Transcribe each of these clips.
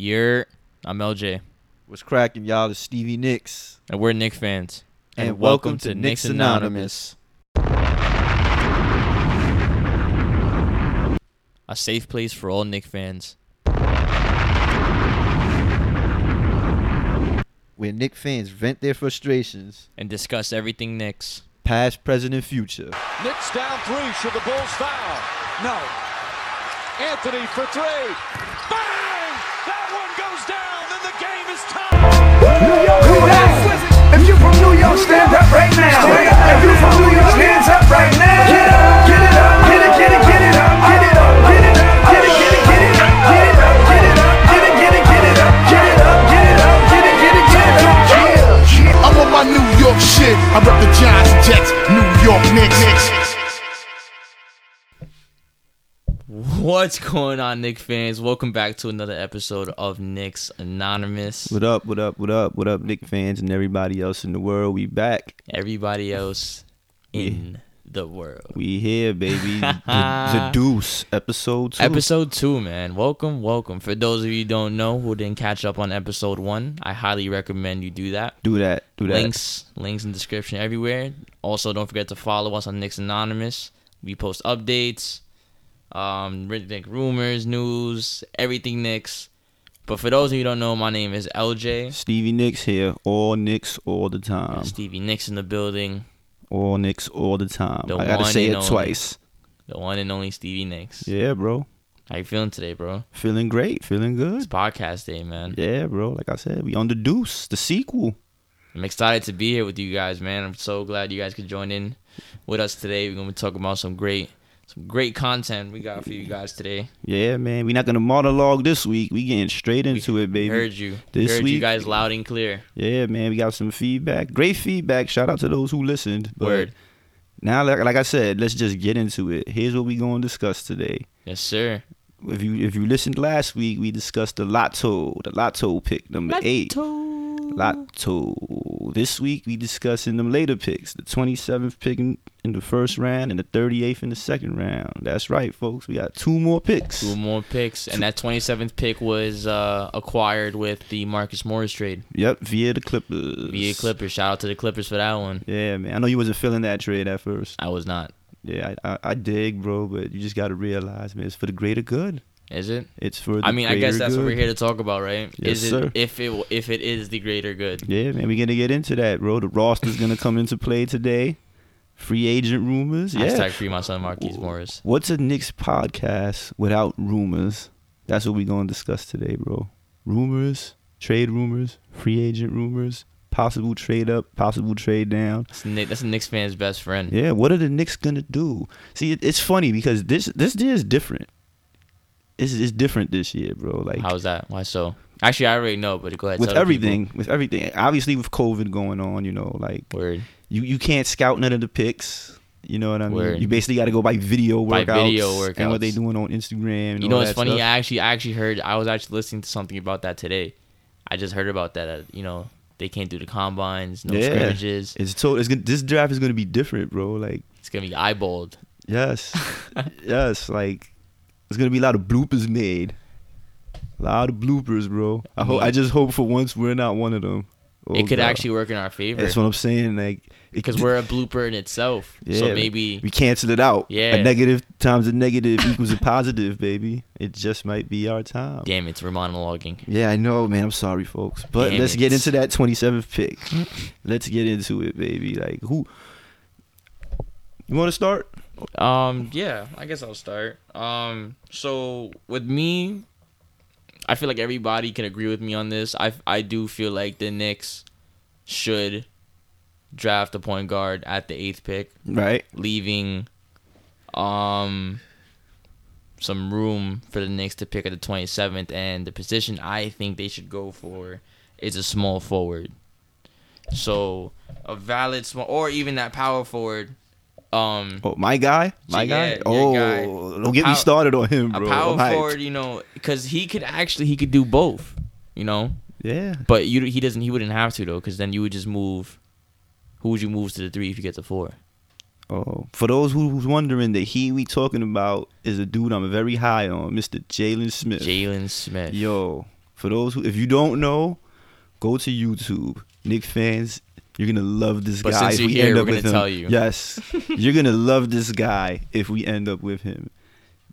You're. I'm LJ, What's cracking, y'all? It's Stevie Nicks. and we're Nick fans. And, welcome, to Nicks Anonymous. a safe place for all Nick fans. Where Nick fans vent their frustrations, and discuss everything Knicks. past, present, and future. Knicks down three. Should the Bulls foul? No. Anthony for three. Bang! That one goes down, and the game is tied. New York, who that? If you from New York, stand up right now. If you from New York, stand up right now. Get up, get it up, get it, get it, get it up, get it up, get it up, get it, get it, get it up, get it up, get it up, get it, get it, get it up, get it up, get it up, get it, get it, get it up. Yeah. I'm on my New York shit. I rep the Giants, Jets, New York Knicks. What's going on, Nick fans? Welcome back to another episode of Knicks Anonymous. What up, what up, what up, what up, Nick fans and everybody else in the world? We back. Everybody else in the world. We here, baby. the, the Deuce, episode two. Episode two, man. Welcome, welcome. For those of you who don't know who didn't catch up on episode one, I highly recommend you do that. do that, do that. Links, links in description everywhere. Also, don't forget to follow us on Knicks Anonymous. We post updates, um, Nick rumors, news, everything Knicks. But for those of you who don't know, my name is LJ. Stevie Nicks here, all Nicks all the time. Stevie Nicks in the building, All Nicks all the time. The I gotta one say and it only. twice. the one and only Stevie Nicks. Yeah, bro. How you feeling today, bro? Feeling great, feeling It's good. podcast day, man. Yeah, bro. Like I said, we on the Deuce, the sequel. I'm excited to be here with you guys, man. I'm so glad you guys could join in with us today. We're gonna be talking about some great, some great content we got for you guys today. Yeah, man. We're not gonna monologue this week. We getting straight into it, baby. Heard you, This heard you week- guys loud and clear. Yeah, man. We got some feedback. Great feedback. Shout out to those who listened. But Word. Now, like, like I said, let's just get into it. Here's what we gonna discuss today. Yes, sir. If you if you listened last week, we discussed the lotto, the lotto pick number eight. Lotto. This week we discussing them later picks, the 27th pick in, in the first round and the 38th in the second round. That's right, folks. We got two more picks. Two more picks, and that 27th pick was uh, acquired with the Marcus Morris trade Yep, via the Clippers. via Clippers. Shout out to the Clippers for that one. Yeah, man. I know you wasn't feeling that trade at first. I was not. Yeah, I, I, I dig, bro, but you just got to realize, man, it's for the greater good. Is it? It's for the I mean, I guess greater that's what good. we're here to talk about, right? Yes, is it sir. if it if it is the greater good? Yeah, man, we're going to get into that, bro. The roster's going to come into play today. Free agent rumors. Yeah. Hashtag free my son Marquise Morris. What's a Knicks podcast without rumors? That's what we're going to discuss today, bro. Rumors, trade rumors, free agent rumors, possible trade up, possible trade down. That's, Nick, that's a Knicks fan's best friend. Yeah, what are the Knicks gonna do? See, it, it's funny because this this year is different. It's, it's different this year, bro. Like How's that? Why so? Actually, I already know, but go ahead. with tell the people. everything, with everything. Obviously, with COVID going on, you know, like Word. you you can't scout none of the picks. You know what I mean? Word. You basically got to go by video By workouts, video and workouts. what they doing on Instagram. And You know all what's that funny? stuff. I actually, I actually heard. I was actually listening to something about that today. I just heard about that. uh, You know, they can't do the combines, no scrimmages. It's so it's gonna, this draft is gonna be different, bro. Like It's gonna be eyeballed. yes, yes, like there's gonna be a lot of bloopers made. A lot of bloopers, bro. I hope. I mean- just hope for once we're not one of them. Oh, it could God. actually work in our favor That's what I'm saying. Like it- because we're a blooper in itself. Yeah, so maybe we cancel it out. Yeah. a negative times a negative equals a positive, baby. It just might be our time. damn it, we're monologuing. Yeah, I know, man. I'm sorry, folks, but Damn let's it. get into that 27th pick. let's get into it, baby. Like who? You want to start? Um, yeah, I guess I'll start. Um, so with me, I feel like everybody can agree with me on this. I I do feel like the Knicks should draft a point guard at the eighth pick. Right. leaving um some room for the Knicks to pick at the 27th and the position I think they should go for is a small forward. So a valid small or even that power forward um Oh, my guy, my Yeah, guy. your Oh, guy. don't get Pow- me started on him, a bro. power I'm hyped. forward, you know, cuz he could actually he could do both, you know? Yeah, But you he doesn't he wouldn't have to though cuz then you would just move who would you move to the 3 if you get to 4? Oh, for those who- who's wondering, the he we talking about is a dude I'm very high on, Mr. Jalen Smith. Jalen Smith. Yo, For those who, if you don't know, go to YouTube. Nick fans, you're gonna love this But guy. since if you're we here, end we're up with gonna him. tell you. Yes, you're gonna love this guy if we end up with him.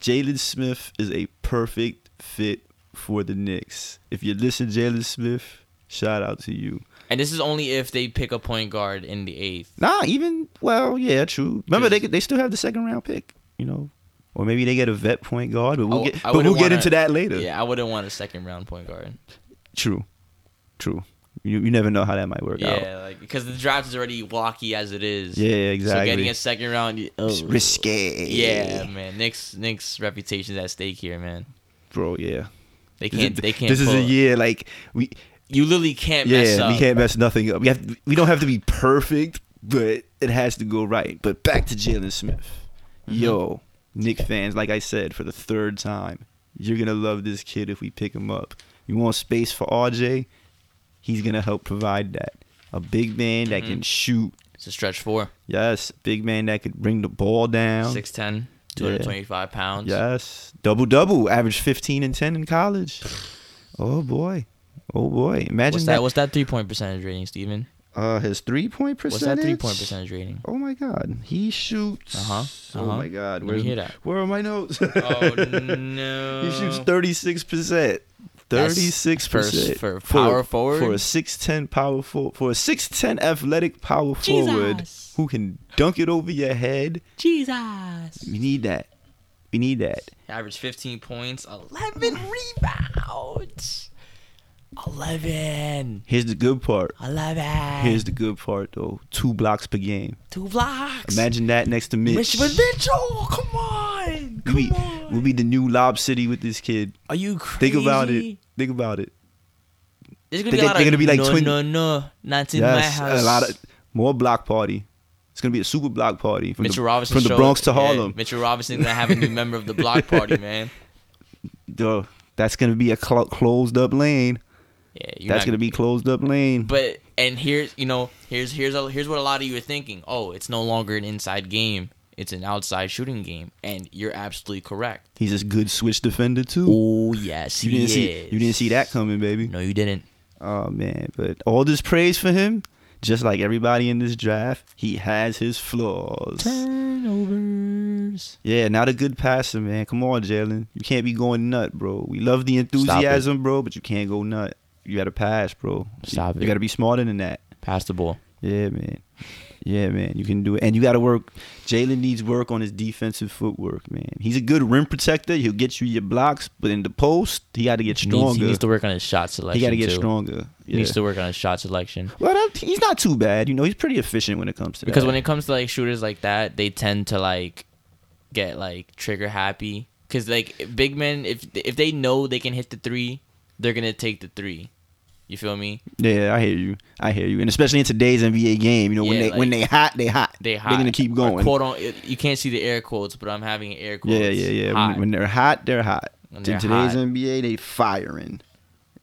Jalen Smith is a perfect fit for the Knicks. If you listen, Jalen Smith, shout out to you. And this is only if they pick a point guard in the eighth. Nah, even well, yeah, true. Remember, they they still have the second round pick, you know, or maybe they get a vet point guard, but we'll Oh, I w- get I but we'll wouldn't get wanna- into that later. Yeah, I wouldn't want a second round point guard. True, true. You you never know how that might work out. Yeah, like because the draft is already walky as it is. Yeah, So getting exactly. a second round, you- oh. It's risque. Yeah, man. Nick's Nick's reputation's at stake here, man. bro. Yeah, They This can't. is- They can't. This is pull. a year like we. You literally can't mess Yeah, up. we can't mess nothing up. We have we don't have to be perfect, but it has to go right. But back to Jalen Smith, Mm-hmm. yo, Nick fans. Like I said for the third time, you're gonna love this kid if we pick him up. You want space for RJ? He's gonna help provide that. A big man that Mm-hmm. can shoot. It's a stretch four. Yes, big man that could bring the ball down. 6'10", 225 pounds. Yes. Double double. Averaged 15 and 10 in college. Oh boy. Oh boy. Imagine What's that. that? What's that three point percentage rating, Steven? uh his 3 point percentage. What's that three point percentage rating? Oh my god. He shoots. Uh-huh, Oh uh-huh. my Let god. me Where, hear that. where are my notes? Oh no! he shoots 36%. That's 36% for s- for power forward? for a 6'10 power forward for a 6'10 athletic power forward who can dunk it over your head Jesus. we need that we need that Average 15 points, 11 rebounds. 11. here's the good part 11. Here's the good part though. Two blocks per game. two blocks. Imagine that next to Mitch Mitch. Mitchell, come on. Come we, on. we'll be the new Lob City with this kid. Are you crazy? Think about it. Think about it. There's gonna They- be a lot they're of, gonna be like no, twin- no, no, not in my yes, house. a lot of more block party. It's gonna be a super block party from Mitchell the, Robinson from the showed- Bronx to yeah, Harlem. Mitchell Robinson gonna have a new member of the block party, man. Duh, that's gonna be a clo closed up lane. Yeah, you're That's not- gonna be closed up lane. But and here's you know here's here's a, here's what a lot of you are thinking. Oh, it's no longer an inside game; it's an outside shooting game, and you're absolutely correct. He's a good switch defender too. Oh yes, you he didn't see is. you didn't see that coming, baby. No, you didn't. Oh man, but all this praise for him, just like everybody in this draft, he has his flaws. Turnovers. Yeah, not a good passer, man. Come on, Jalen. You can't be going nut, bro. We love the enthusiasm, bro, but you can't go nut. You gotta pass, bro. Stop you, it. You gotta be smarter than that. Pass the ball. Yeah, man. Yeah, man. You can do it. And you gotta work. Jalen needs work on his defensive footwork, man. He's a good rim protector. He'll get you your blocks, but in the post, he gotta get He needs, stronger. he He, needs to work on his shot selection. gotta get too. stronger. He needs Yeah. to work on his shot selection. Well, that, he's not too bad. You know, he's pretty efficient when it comes to Because that. when it comes to like shooters like that, they tend to like get like trigger happy. Because like big men, if if they know they can hit the three, they're gonna take the three. You feel me? yeah, I hear you. I hear you. And especially in today's NBA game, you know, when Yeah, they when like- they hot, they hot. They hot. They're gonna keep going. Or Quote on. You can't see the air quotes, but I'm having air quotes. yeah, yeah, yeah. Hot. When, when they're hot, they're hot. When In they're today's hot. NBA, they firing,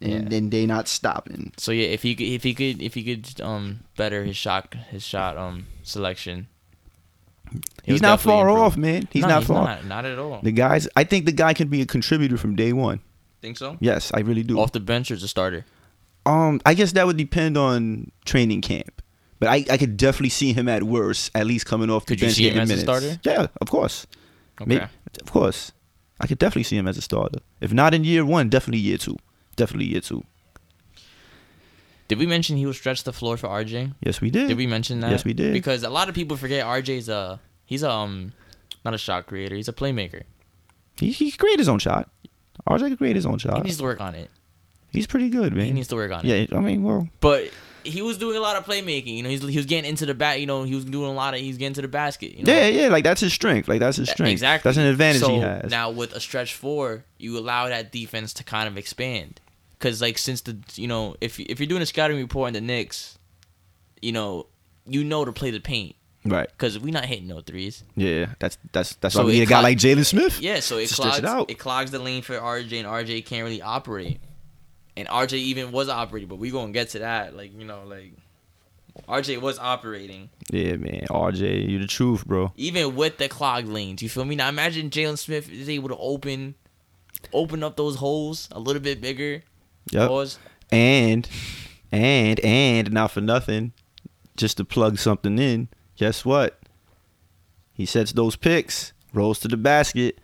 and Yeah. then they not stopping. so yeah, if he could, if he could, if he could, um, better his shot, his shot, um, selection. it He's would not definitely far improve. off, man. He's No, not far. Not, not at all. The guys, I think the guy can be a contributor from day one. Think so? Yes, I really do. Off the bench or as a starter? Um, I guess that would depend on training camp, but I, I could definitely see him at worst, at least coming off. Could the you bench see him getting as a minutes. starter? Yeah, of course. Okay. May- of course, I could definitely see him as a starter. If not in year one, definitely year two. Definitely year two. Did we mention he will stretch the floor for RJ? Yes, we did. Did we mention that? Yes, we did. Because a lot of people forget RJ's a he's a, um not a shot creator. He's a playmaker. he, he could create his own shot. RJ could create his own He shot. needs to work on it. He's pretty good, man. He needs to work on it. yeah, I mean, well, But he was doing a lot of playmaking. You know, he's, he was getting into the bat. You know, he was doing a lot of he's getting to the basket. You know? yeah, yeah, like that's his strength. Like that's his strength. Exactly. That's an advantage so he has. Now with a stretch four, you allow that defense to kind of expand. Cause like since the you know if if you're doing a scouting report on the Knicks, you know you know to play the paint. right. Cause we not hitting no threes. Yeah, that's that's that's So why we it need a guy clog- like Jalen Smith. Yeah, so it To stretch clogs it it, out. clogs the lane for RJ, and RJ can't really operate. And RJ even was operating, but we gonna get to that. Like you know, like RJ was operating Yeah, man. RJ, you the truth, bro. even with the clogged lanes. You feel me? Now imagine Jalen Smith is able to open, open up those holes a little bit bigger. Yep. Pause. And and and not for nothing, just to plug something in. Guess what? He sets those picks, rolls to the basket,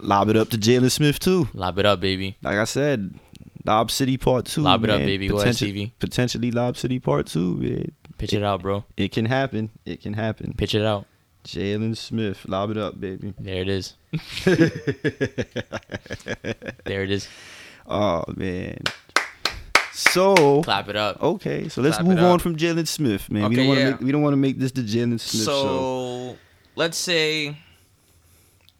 lob it up to Jalen Smith too. Lob it up, baby. Like I said, Lob City Part Two. Lob it up, man. baby. Go ahead, CV. Potentially Lob City Part Two. Man. Pitch it out, bro. It can happen. It can happen. Pitch it out. Jalen Smith, lob it up, baby. There it is. there it is. Oh man. So Clap it up. okay, so let's Clap it move on up. from Jalen Smith, man. Okay, we don't want to yeah. make we don't want to make this the Jalen Smith show. So let's say,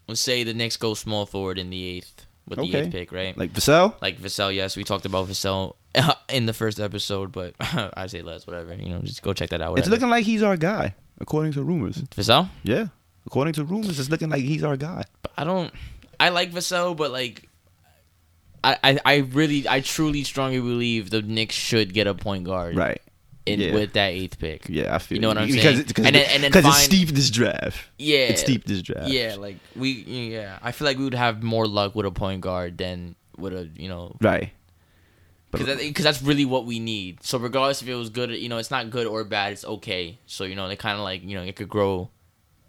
let's say the Knicks go small forward in the eighth with the Okay. eighth pick, right? Like Vassell? like Vassell. Yes, we talked about Vassell in the first episode, but I say less, whatever. You know, just go check that out. It's whatever. looking like he's our guy, according to rumors. Vassell. Yeah. According to rumors, it's looking like he's our guy. But I don't. I like Vassell, but like, I, I I really I truly strongly believe the Knicks should get a point guard Right. in yeah. with that eighth pick. Yeah, I feel You know what I'm because saying? It, because And it- then- and then 'cause it's find- steep this draft. Yeah, It's steep this draft. Yeah, like we yeah. I feel like we would have more luck with a point guard than with a you know Right. because that's really what we need. So regardless if it was good, you know, it's not good or bad, it's okay. So you know, they kind of like you know it could grow.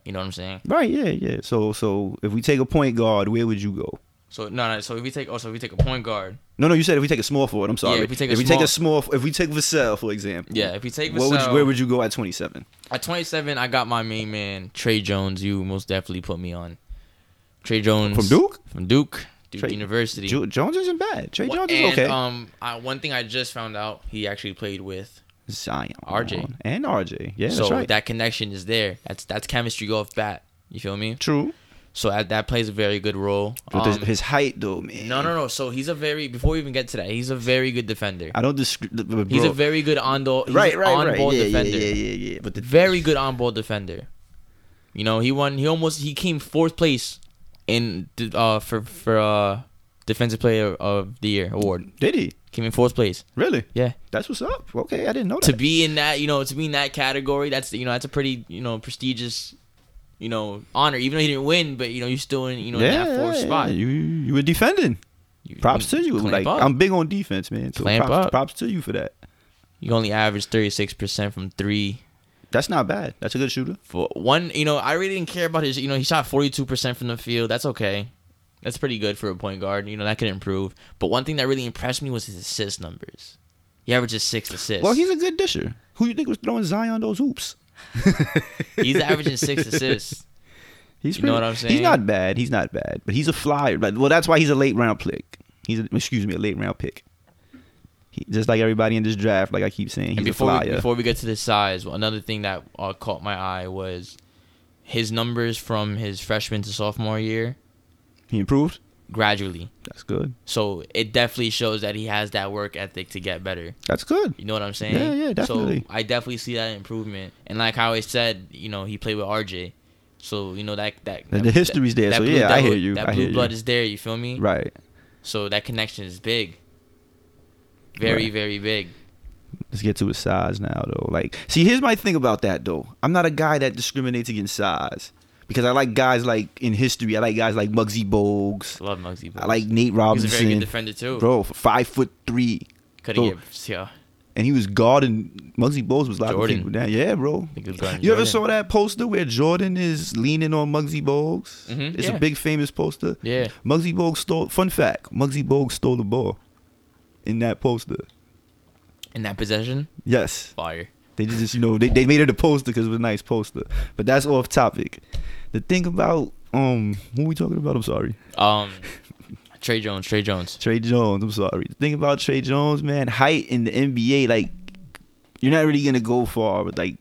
You know what I'm saying? Right, yeah, yeah. So so if we take a point guard, where would you go? So no, no. So if we take also if we take a point guard, No, no, you said if we take a small forward, I'm sorry. if we take a small if we take Vassell, for example. Yeah, if we take what would you, Vassell- where would you go at twenty seven? At 27, I got my main man Trey Jones. You most definitely put me on Trey Jones From Duke? From Duke, Duke Trey- University. Jo- Jones isn't bad. Trey and, Jones is okay. Um, I, one thing I just found out, he actually played with. Zion, RJ. and RJ. Yeah, so that's right. that connection is there. That's that's chemistry off bat. You feel me? True. So that, that plays a very good role. But his, Um, his height, though, man. no, no, no. So he's a very before we even get to that, he's a very good defender. I don't disagree. Bro, He's a very good on the right, right, on right. ball yeah, defender. Yeah, yeah, yeah, yeah. But the very good on ball defender. You know, he won. He almost he came fourth place in the- uh for for uh defensive player of the year award. did he Came in fourth place. really? Yeah. That's what's up. Okay, I didn't know that. To be in that, you know, to be in that category, that's you know, that's a pretty you know prestigious, you know, honor. Even though he didn't win, but you know, you're still in you know in that fourth spot. You you were defending. You- Props to you. clamp Like up. I'm big on defense, man. So Clamp props, up. props to you for that. you only averaged thirty six percent from three. That's not bad. That's a good shooter. For one, you know, I really didn't care about his. You know, he shot forty two percent from the field. That's okay. That's pretty good for a point guard. You know, that could improve. But one thing that really impressed me was his assist numbers. He averages six assists. Well, he's a good disher. Who you think was throwing Zion those hoops? he's averaging six assists. He's You know what I'm He's saying? not bad. He's not bad, but he's a flyer. But well, that's why he's a late round pick. He's a, excuse me, a late round pick. He, just like everybody in this draft, like I keep saying, he's and a before we, flyer. before we get to the size, another thing that uh, caught my eye was his numbers from his freshman to sophomore year he improved. gradually. That's good. So it definitely shows that he has that work ethic to get better. That's good. You know what I'm saying? Yeah, yeah, definitely. So I definitely see that improvement. And like how I said, you know, he played with RJ. So, you know, that that, The- the that- history's there, so yeah, I hear you, That I blue hear blood you. is there, you feel me? Right. So that connection is big. Very, Right. very big. Let's get to his size now, though. Like, see, here's my thing about that, though. I'm not a guy that discriminates against size because I like guys like in history. I like guys like Muggsy Bogues. Love Muggsy Bogues. I like Nate Robinson. He's a very good defender too. Bro, five foot three. Could Bro, have yeah. and he was guarding Muggsy Bowles was locking Jordan. people down. Yeah, bro. He You was guarding ever Jordan. saw that poster where Jordan is leaning on Muggsy Bowles? Mhm, it's yeah. a big famous poster. Yeah. Muggsy Bowles stole. Fun fact: Muggsy Bowles stole the ball in that poster. In that possession, Yes, fire. they just you know they, they made it a poster because it was a nice poster. But that's off topic. The thing about um, what we talking about? I'm sorry. Um Trey Jones, Trey Jones. Trey Jones. I'm sorry. The thing about Trey Jones, man, height in the NBA, like you're not really gonna go far with like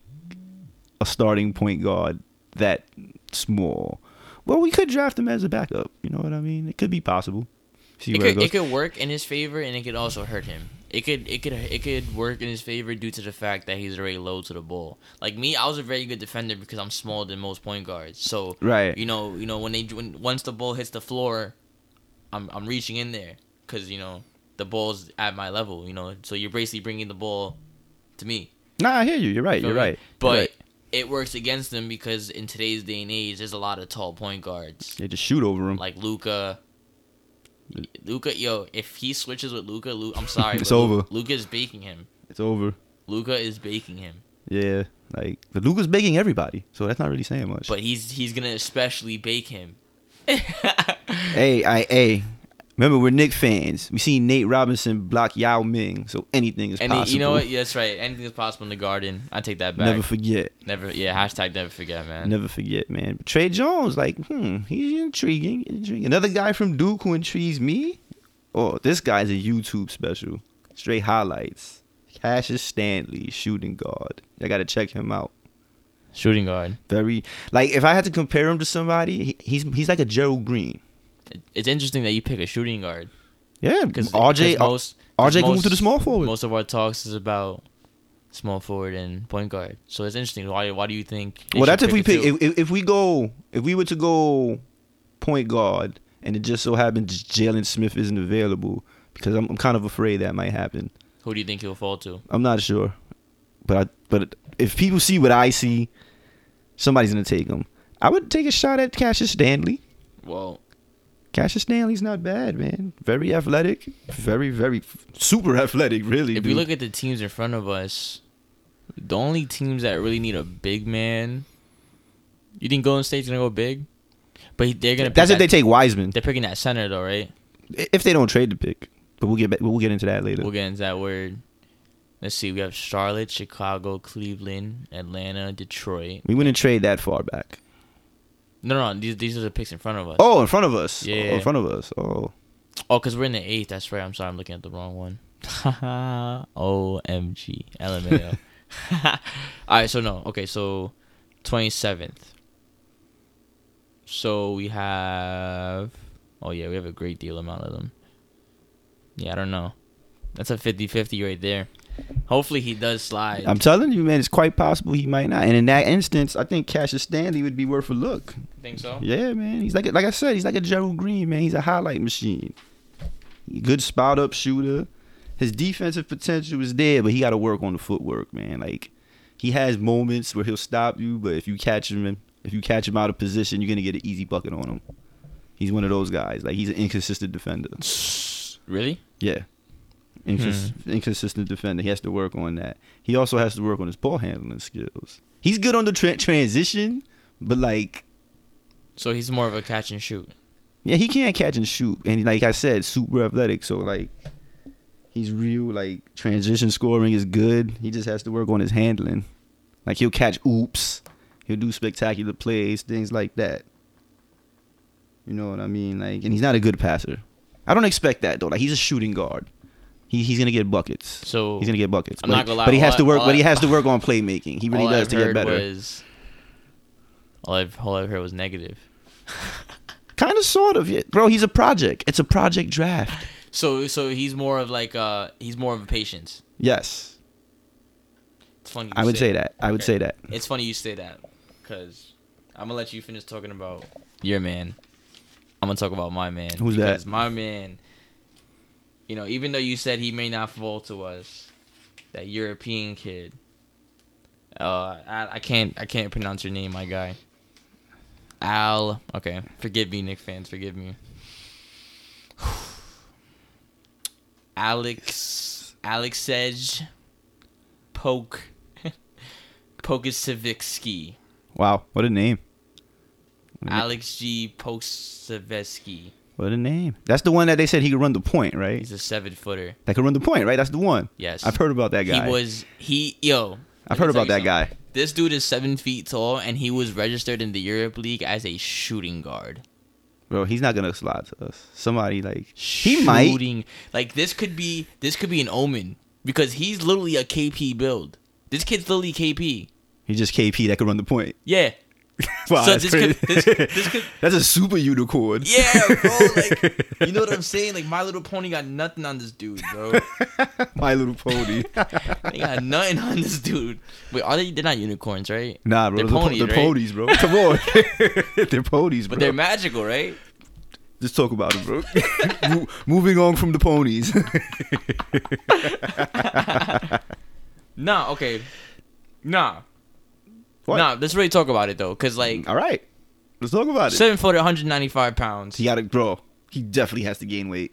a starting point guard that small. Well, we could draft him as a backup. You know what I mean? It could be possible. See It where could, it it goes. could work in his favor and it could also hurt him. It could it could it could work in his favor due to the fact that he's already low to the ball. Like me, I was a very good defender because I'm smaller than most point guards. So Right. you know, you know when they when once the ball hits the floor, I'm I'm reaching in there because you know the ball's at my level. You know, so you're basically bringing the ball to me. nah, I hear you. You're right. You're Feel me? right. But You're right. it works against them because in today's day and age, there's a lot of tall point guards they just shoot over him. like Luca, Luca, yo, if he switches with Luca, Luca I'm sorry, It's but Lu- over. Luca's baking him. It's over. Luca is baking him, Yeah, like but Luca's begging everybody, so that's not really saying much. but he's he's gonna especially bake him. hey, I hey, remember we're Nick fans. We seen Nate Robinson block Yao Ming, so anything is And he- possible. you know what? Yeah, that's right. Anything is possible in the garden. I take that back. Never forget. Never, yeah. Hashtag never forget, man. Never forget, man. But Trey Jones, like, hmm, he's intriguing, intriguing. Another guy from Duke who intrigues me. Oh, this guy's a YouTube special. Straight highlights. Cassius Stanley, shooting guard. I gotta check him out. Shooting guard. Very like if I had to compare him to somebody, he, he's he's like a Gerald Green. It- It's interesting that you pick a shooting guard Yeah, because because RJ most, 'cause RJ can move most- to the small forward. Most of our talks is about small forward and point guard. So it's interesting. Why? Why do you think? they well, should that's if we a pick. two? If, if if we go, if we were to go point guard, and it just so happens Jalen Smith isn't available, because I'm, I'm kind of afraid that might happen. Who do you think he'll fall to? I'm not sure, but I, but if people see what I see, somebody's gonna take him. I would take a shot at Cassius Stanley. Well, Cassius Stanley's not bad, man. Very athletic, very very super athletic, really. if you look at the teams in front of us, the only teams that really need a big man, you think Golden State's gonna go big? But they're gonna. pick that's if that- they take Wiseman. They're picking that center though, right? If they don't trade the pick, but we'll get back, we'll get into that later. We'll get into that word. Let's see. We have Charlotte, Chicago, Cleveland, Atlanta, Detroit. We wouldn't trade that far back. No, no, these these are the picks in front of us. Oh, Oh, in front of us. Yeah. Oh, in front of us. Oh. because we're in the eighth. That's right. I'm sorry. I'm looking at the wrong one. Omg, LMAO. All right. So no. Okay. So twenty seventh. So we have. Oh yeah, we have a great deal amount of them. Yeah, I don't know. That's a 50-50 right there. Hopefully he does slide. I'm telling you, man, it's quite possible he might not. And in that instance, I think Cassius Stanley would be worth a look. think so. Yeah, man. He's like like I said, he's like a Gerald Green, man. He's a highlight machine. He Good spot up shooter. His defensive potential is there, but he got to work on the footwork, man. Like he has moments where he'll stop you, but if you catch him, if you catch him out of position, you're gonna get an easy bucket on him. He's one of those guys. Like he's an inconsistent defender. Really? Yeah. Incons- Inconsistent defender. He has to work on that. He also has to work on his ball handling skills. He's good on the tra- transition, but like, So he's more of a catch and shoot. yeah, he can't catch and shoot. And like I said, super athletic. So like, he's real. Like transition scoring is good. He just has to work on his handling. Like he'll catch oops. He'll do spectacular plays, things like that. You know what I mean? Like, and he's not a good passer. I don't expect that though. Like he's a shooting guard. He, he's gonna get buckets. So He's gonna get buckets. I'm but, not gonna lie, but he all has to I- work. all But he I- has to work on playmaking. He really all does I've to get heard better. Was, all I've all I've heard was negative. Kind of, sort of, yeah. bro. He's a project. It's a project draft. So so he's more of like uh he's more of a patience. Yes, It's funny. you I would say that. I would Okay. say that. It's funny you say that because I'm gonna let you finish talking about your man. I'm gonna talk about my man. Who's that? because My man. You know, even though you said he may not fall to us, that European kid. Uh, I, I can't I can't pronounce your name, my guy. Al. Okay, forgive me, Nick fans. Forgive me. Alex Alex Edge Poke Pokosevsky. Wow, what a name. Alex G. Pokosevsky. What a name. That's the one that they said he could run the point, right? He's a seven footer. That could run the point, right? That's the one. Yes. I've heard about that guy. He was he yo. let I've heard me tell about you that something. guy. This dude is seven feet tall, and he was registered in the Europe League as a shooting guard. Bro, he's not gonna slide to us. Somebody like he shooting. might. Like this could be this could be an omen because he's literally a KP build. This kid's literally KP. He's just KP that could run the point. Yeah. Wow, So that's this crazy. could- this- this could- that's a super unicorn. Yeah, bro. Like you know what I'm saying? Like My Little Pony got nothing on this dude, bro. My Little Pony. They got nothing on this dude. Wait, are they? They're not unicorns, right? Nah, bro. They're They're, po- ponies, they're right? ponies, bro. Come on. they're ponies, bro. But they're magical, right? Just talk about it, bro. Mo- moving on from the ponies. Nah, okay. Nah. What? Mm, Nah, let's really talk about it though, cause like All right. Let's talk about it. seven foot, 195 pounds. he got to grow. He definitely has to gain weight.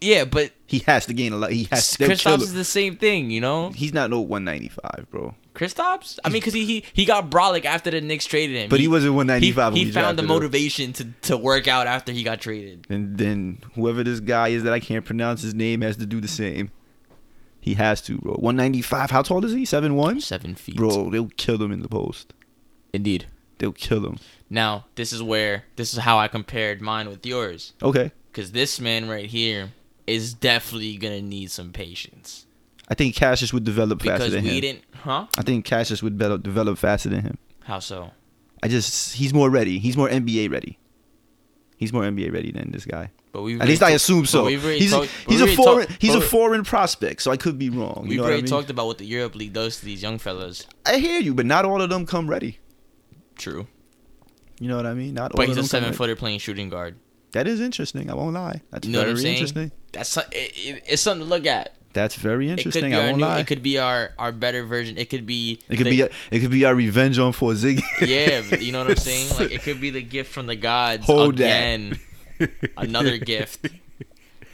Yeah, but He has to gain a lot. He has to. they'll kill Kristaps is him. the same thing, you know. He's not no 195, bro. Kristaps, I mean, because he, he he got Brolic after the Knicks traded him, But he wasn't 195 when He, we he found the drafted him. motivation to to work out after he got traded. And then whoever this guy is that I can't pronounce his name has to do the same. He has to, bro. 195. How tall is he? Seven one. Seven feet, Bro, they'll kill him in the post. Indeed. They'll kill him. Now this is where this is how I compared mine with yours, Okay. because this man right here is definitely gonna need some patience I think Cassius would develop faster because than we him. didn't, huh? I think Cassius would develop, develop faster than him. How so? I just he's more ready. He's more NBA ready. He's more NBA ready than this guy. But we At least I assume so. we've already He's, talked- we've he's a already foreign talked- he's a but- foreign prospect, so I could be wrong. You We've know what I already mean? talked about what the Europe League does to these young fellas. I hear you, but not all of them come ready. True, You know what I mean? Not all but of he's them a come seven ready. footer playing shooting guard. That is interesting. I won't lie. That's You know what very I'm saying? interesting. That's so- it, it, it's something to look at. That's very It could interesting. be I our won't new, lie. it could be our our better version. It could be the- be it could be our revenge on Forzig. yeah, but you know what I'm saying? Like it could be the gift from the gods Hold that. again. Another gift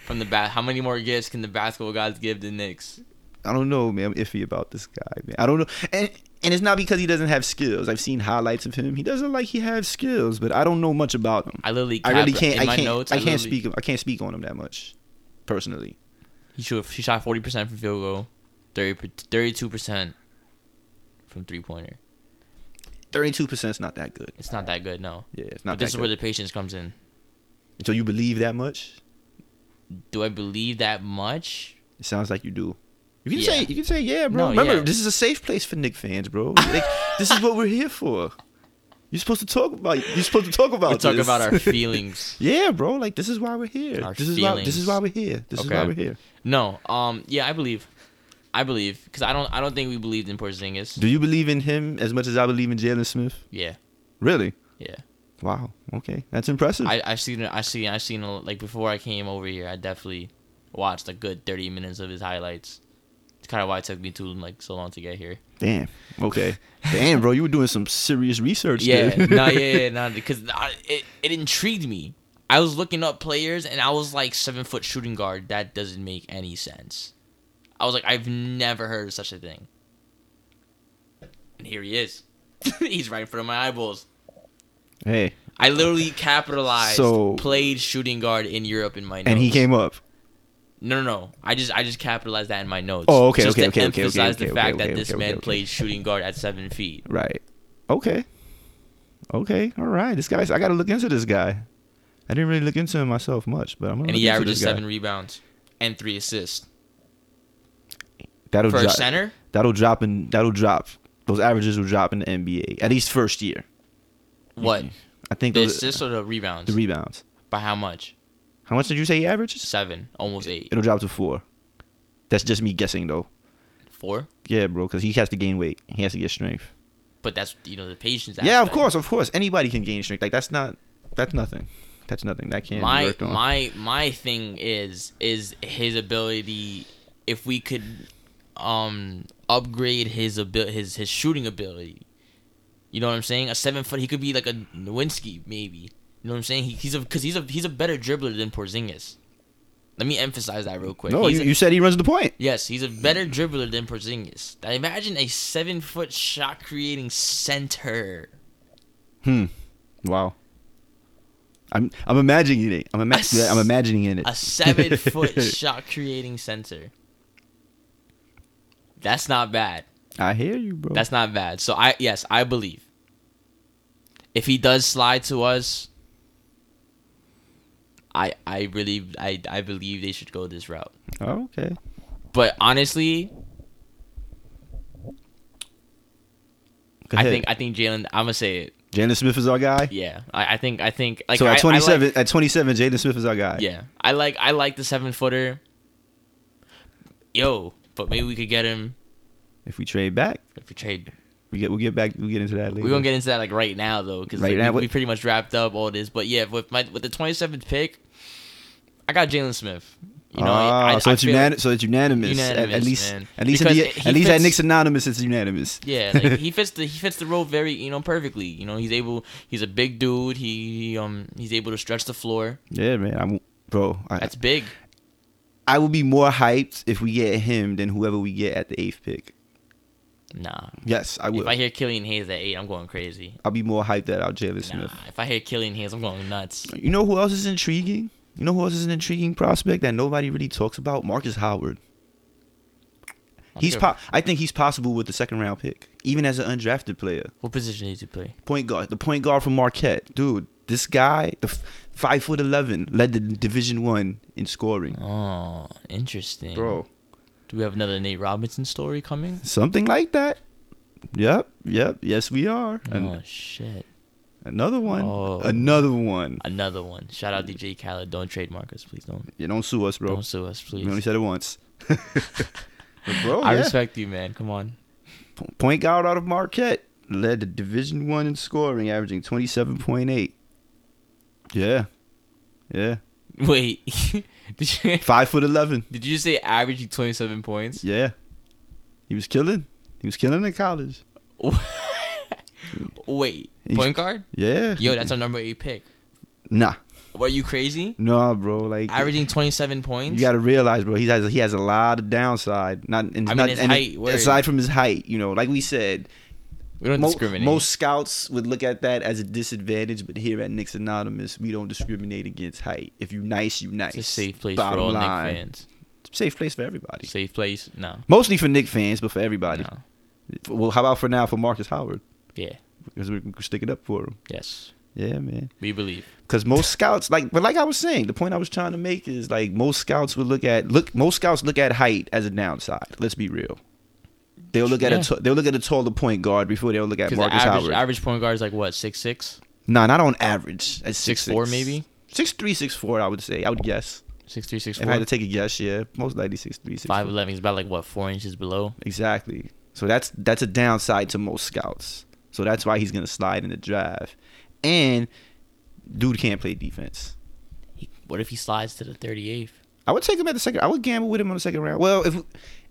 from the bat. How many more gifts can the basketball gods give the Knicks? I don't know, man. I'm iffy about this guy, man. I don't know, and and it's not because he doesn't have skills. I've seen highlights of him. He doesn't like he has skills, but I don't know much about him. I literally I really cap- can't. in I my can't. notes, I, I can't literally- speak. I can't speak on him that much, personally. He should he shot 40% from field goal, 30 32% from three pointer. Thirty-two percent is not that good. It's not that good, no. Yeah, it's but not this that is where good. the patience comes in. so you believe that much? Do I believe that much? It sounds like you do. You can Yeah. say. You can say, yeah, bro. No, Remember, yeah. this is a safe place for Nick fans, bro. Like, this is what we're here for. You're supposed to talk about. You're supposed to talk about. We talk this. about our feelings. yeah, bro. Like this is why we're here. Our this is why. This is feelings. why we're here. This is why Okay. we're here. No. Um. Yeah, I believe. I believe because I don't. I don't think we believed in Porzingis. Do you believe in him as much as I believe in Jalen Smith? Yeah. Really? Yeah. Wow. Okay, that's impressive. I I seen I seen I seen a- like before I came over here. I definitely watched a good thirty minutes of his highlights. It's kind of why it took me too like so long to get here. Damn. Okay. Damn, bro, you were doing some serious research. Yeah. there. no. Yeah. yeah no. Because I, it it intrigued me. I was looking up players and I was like seven foot shooting guard. That doesn't make any sense. I was like, I've never heard of such a thing. And here he is. He's right in front of my eyeballs. Hey, I literally capitalized So- played shooting guard in Europe in my notes. and he came up. No, no, no. I just I just capitalized that in my notes. Oh, okay, just okay, to okay, okay, okay, emphasize okay, the fact okay, that okay, this okay, man okay. played shooting guard at seven feet. Right. Okay. Okay. All right. This guy's. I gotta look into this guy. I didn't really look into him myself much, but I'm gonna. And look he into averages this guy. seven rebounds and three assists. That'll For a drop- center? That'll drop in. That'll drop. Those averages will drop in the NBA at least first year. What? I think The Mm-hmm. those, assists or the rebounds? the rebounds. By how much? How much did you say he averages? Seven. Almost eight. It'll drop to four. That's just me guessing though. Four? Yeah, bro, because he has to gain weight. He has to get strength. But that's you know the patience Yeah, of aspect. course, of course. Anybody can gain strength. Like that's not. That's nothing. That's nothing. That can't be my worked on. my my thing is is his ability if we could um upgrade his ability his his shooting ability you know what i'm saying a seven foot he could be like a nowinski maybe you know what i'm saying he, he's a because he's a he's a better dribbler than porzingis let me emphasize that real quick no, He's you, a- you said he runs the point. yes he's a better dribbler than porzingis now imagine a seven foot shot creating center Wow. I'm I'm imagining it. I'm A s- imagining. I'm imagining it. a seven foot shot creating center. That's not bad. I hear you, bro. That's not bad. So I yes, I believe. If he does slide to us, I I really I I believe they should go this route. oh, okay. But honestly, Go I ahead. think I think Jalen I'm gonna say it. Jalen Smith is our guy. Yeah. I, I think I think like so I- I at like- 27, at 27, Jalen Smith is our guy. Yeah, I like I like the seven footer. Yo, but maybe we could get him If we trade back, if we trade. we get we'll get back. We'll get into that later. We're gonna get into that like right now though, because Right like, now, we, what- we pretty much wrapped up all this. But yeah, with my with the twenty seventh pick, I got Jalen Smith. You know, Ah, I, I, so, I it's feel- unani- so it's unanimous. At- At, Unanimous, least, man. at least, at, Because the, e, he at least at fits- Nick's anonymous, it's unanimous. Yeah, like, he fits the he fits the role very you know perfectly. You know, he's able. He's a big dude. He, he um he's able to stretch the floor. yeah, man. I'm, bro, I, That's big. I will be more hyped if we get him than whoever we get at the eighth pick. Nah. Yes, I If will. I hear Killian Hayes at eight, I'm going crazy. I'll be more hyped that out Jalen Nah. Smith. If I hear Killian Hayes, I'm going nuts. You know who else is intriguing? You know who else is an intriguing prospect that nobody really talks about? Marcus Howard. He's sure. po- I think he's possible with the second round pick, even as an undrafted player. What position does he play? Point guard, the point guard from Marquette, dude. This guy, the f- five foot eleven, led the Division One in scoring, Oh, interesting. bro. do we have another Nate Robinson story coming? Something like that. Yep, yep, yes, we are. An- Oh shit! Another one, Oh. another one. Another one. Shout out DJ Khaled. Don't trademark us, please. Don't. You don't sue us, bro. Don't sue us, please. We only said it once. but bro, I Oh, yeah. respect you, man. Come on. point guard out of Marquette led the Division One in scoring, averaging twenty seven point eight. Yeah, yeah, Wait, did you five foot eleven. did you say averaging twenty seven points? Yeah, he was killing. He was killing in college. Wait, He's- point guard? Yeah, Yo, that's our number eight pick. nah, Are you crazy? nah, bro. Like Averaging twenty seven points. You got to realize, bro. He has he has a lot of downside. Not, and I mean, not- his and height, word. aside from his height, you know, like we said, we don't mo- discriminate. most scouts would look at that as a disadvantage. But here at Knicks Anonymous, we don't discriminate against height. If you nice, you nice. it's a safe place Bottom for all line. Nick fans. Safe place for everybody. Safe place. No. Mostly for Nick fans, but for everybody. No. Well, how about for now for Marcus Howard? Yeah. Because we can stick it up for him. Yes. Yeah, man. We believe. Because most scouts, like, but like I was saying, the point I was trying to make is like most scouts would look at look most scouts look at height as a downside. Let's be real. They'll look at Yeah. a t- they'll look at a taller point guard before they'll look at Because Marcus average Howard. average point guard is like what six six nah, not on average. At six, 6'4" maybe? six three six four. I would say. I would guess. six three six If I had four to take a guess, yeah, most likely six three six five four. eleven is about like what four inches below. Exactly. So that's that's a downside to most scouts. So that's why he's gonna slide in the drive. And dude can't play defense. He, what if he slides to the thirty eighth? I would take him at the second. I would gamble with him on the second round. Well, if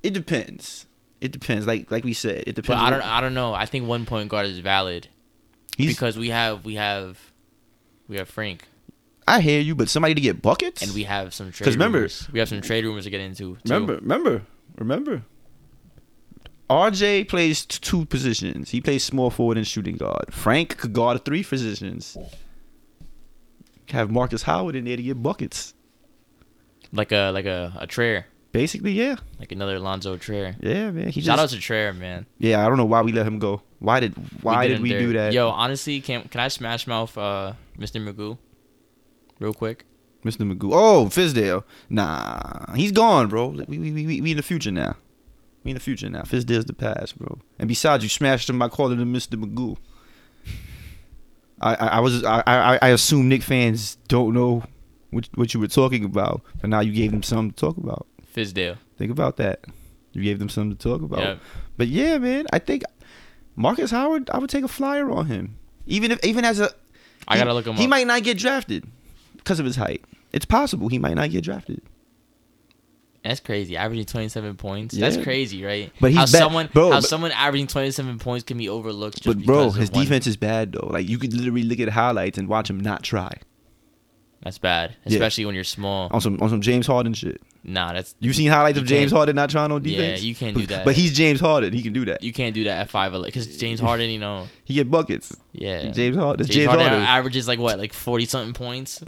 it depends. It depends. Like like we said, But it depends. I on- don't I don't know. I think one point guard is valid He's- because we have we have we have Frank. I hear you, but somebody to get buckets. and we have some trade 'Cause remember- rumors. we have some trade rumors to get into. too. remember, remember, remember. RJ plays t- two positions. He plays small forward and shooting guard. Frank could guard three positions. Have Marcus Howard in there to get buckets. like a like a a Traer, Basically, yeah, like another Alonzo Traer. yeah, man. He Shout just, out to Traer, man. Yeah, I don't know why we let him go. Why did why did did him we dirt. do that? Yo, honestly, can can I smash mouth uh Mr. Magoo, real quick? Mr. Magoo. Oh, Fizdale. Nah, he's gone, bro. We we, we, we in the future now. We in the future now. Fizdale's the past, bro. And besides, you smashed him by calling him Mr. Magoo. I I, I was I, I I assume Nick fans don't know what what you were talking about, but now you gave them something to talk about. Fizdale. Think about that. You gave them something to talk about. Yep. But yeah, man, I think Marcus Howard. I would take a flyer on him, even if even as a. I he- gotta look him He up. might not get drafted because of his height. It's possible he might not get drafted. That's crazy. Averaging twenty seven points. Yeah. That's crazy, right? But he's how bad- someone bro, how but- someone averaging twenty seven points can be overlooked. Just but bro, because of his one- defense is bad though. Like you could literally look at highlights and watch him not try That's bad, Yeah. Um, especially when you're small. on some on some James Harden shit. Nah, that's You've seen highlights You of James can't- Harden not trying on Yeah, defense. you can't But- do that. But he's James Harden. He can do that. you can't do that at five because James Harden, you know. He get buckets Yeah, James Harden- James, James Harden, Harden. averages like what, like forty something points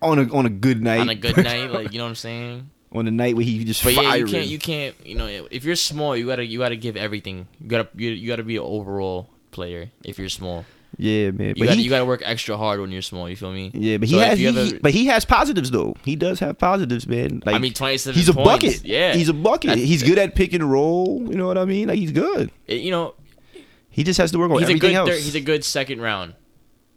on a on a good night. on a good night. Like you know what I'm saying? on a night where he just But yeah, you firing. can't, you can't, you know, if you're small, you gotta, you gotta give everything. You gotta, you, you gotta be an overall player if you're small. yeah, man. You But gotta, he, you gotta work extra hard when you're small. You feel me? Yeah, but he So if has. you He, have a- but he has positives though. He does have positives, man. Like I mean, 27 He's a points. bucket. Yeah. he's a bucket. That's- he's good at pick and roll. You know what I mean? Like he's good. you know, He just has to work on he's a everything good, else. third, he's a good second round.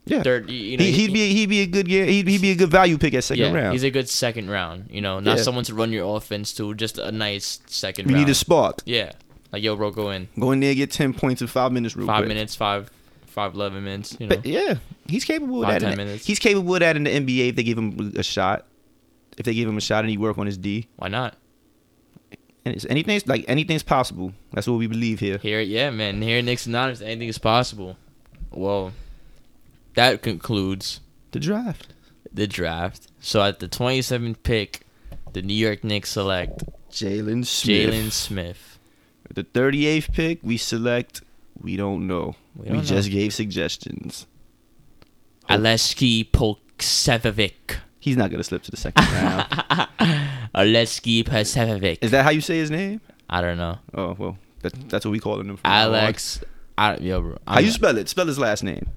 yeah. Third, you- you know, he, would be he'd be a good yeah, he'd, he'd be a good value pick at second yeah, round. he's a good second round. You know, not Yeah. someone to run your offense to, just a nice second. we round. need a spark. Yeah, like yo, bro, go in Go in there, get ten points in five minutes. Real five quick. minutes, five, five, eleven minutes. You know, But yeah, he's capable of Five, that. in ten the- minutes. He's capable of that in the NBA if they give him a shot. if they give him a shot and he work on his D. Why not? And it's anything's like anything's possible. That's what we believe here. Here, yeah, man. Here, Nick's anonymous. Anything is possible. Well, that concludes The draft. the draft. So at the 27th pick, the New York Knicks select Jalen Smith. Jalen Smith. With The 38th pick, we select. We don't know. We We, don't know. just gave suggestions. Aleski Polksevovic. He's not gonna slip to the second round. Aleski Polksevovic. Is that how you say his name? I don't know. Oh well, that, that's what we call him. from now on. Alex. I, yo, bro. How you spell it? Spell his last name.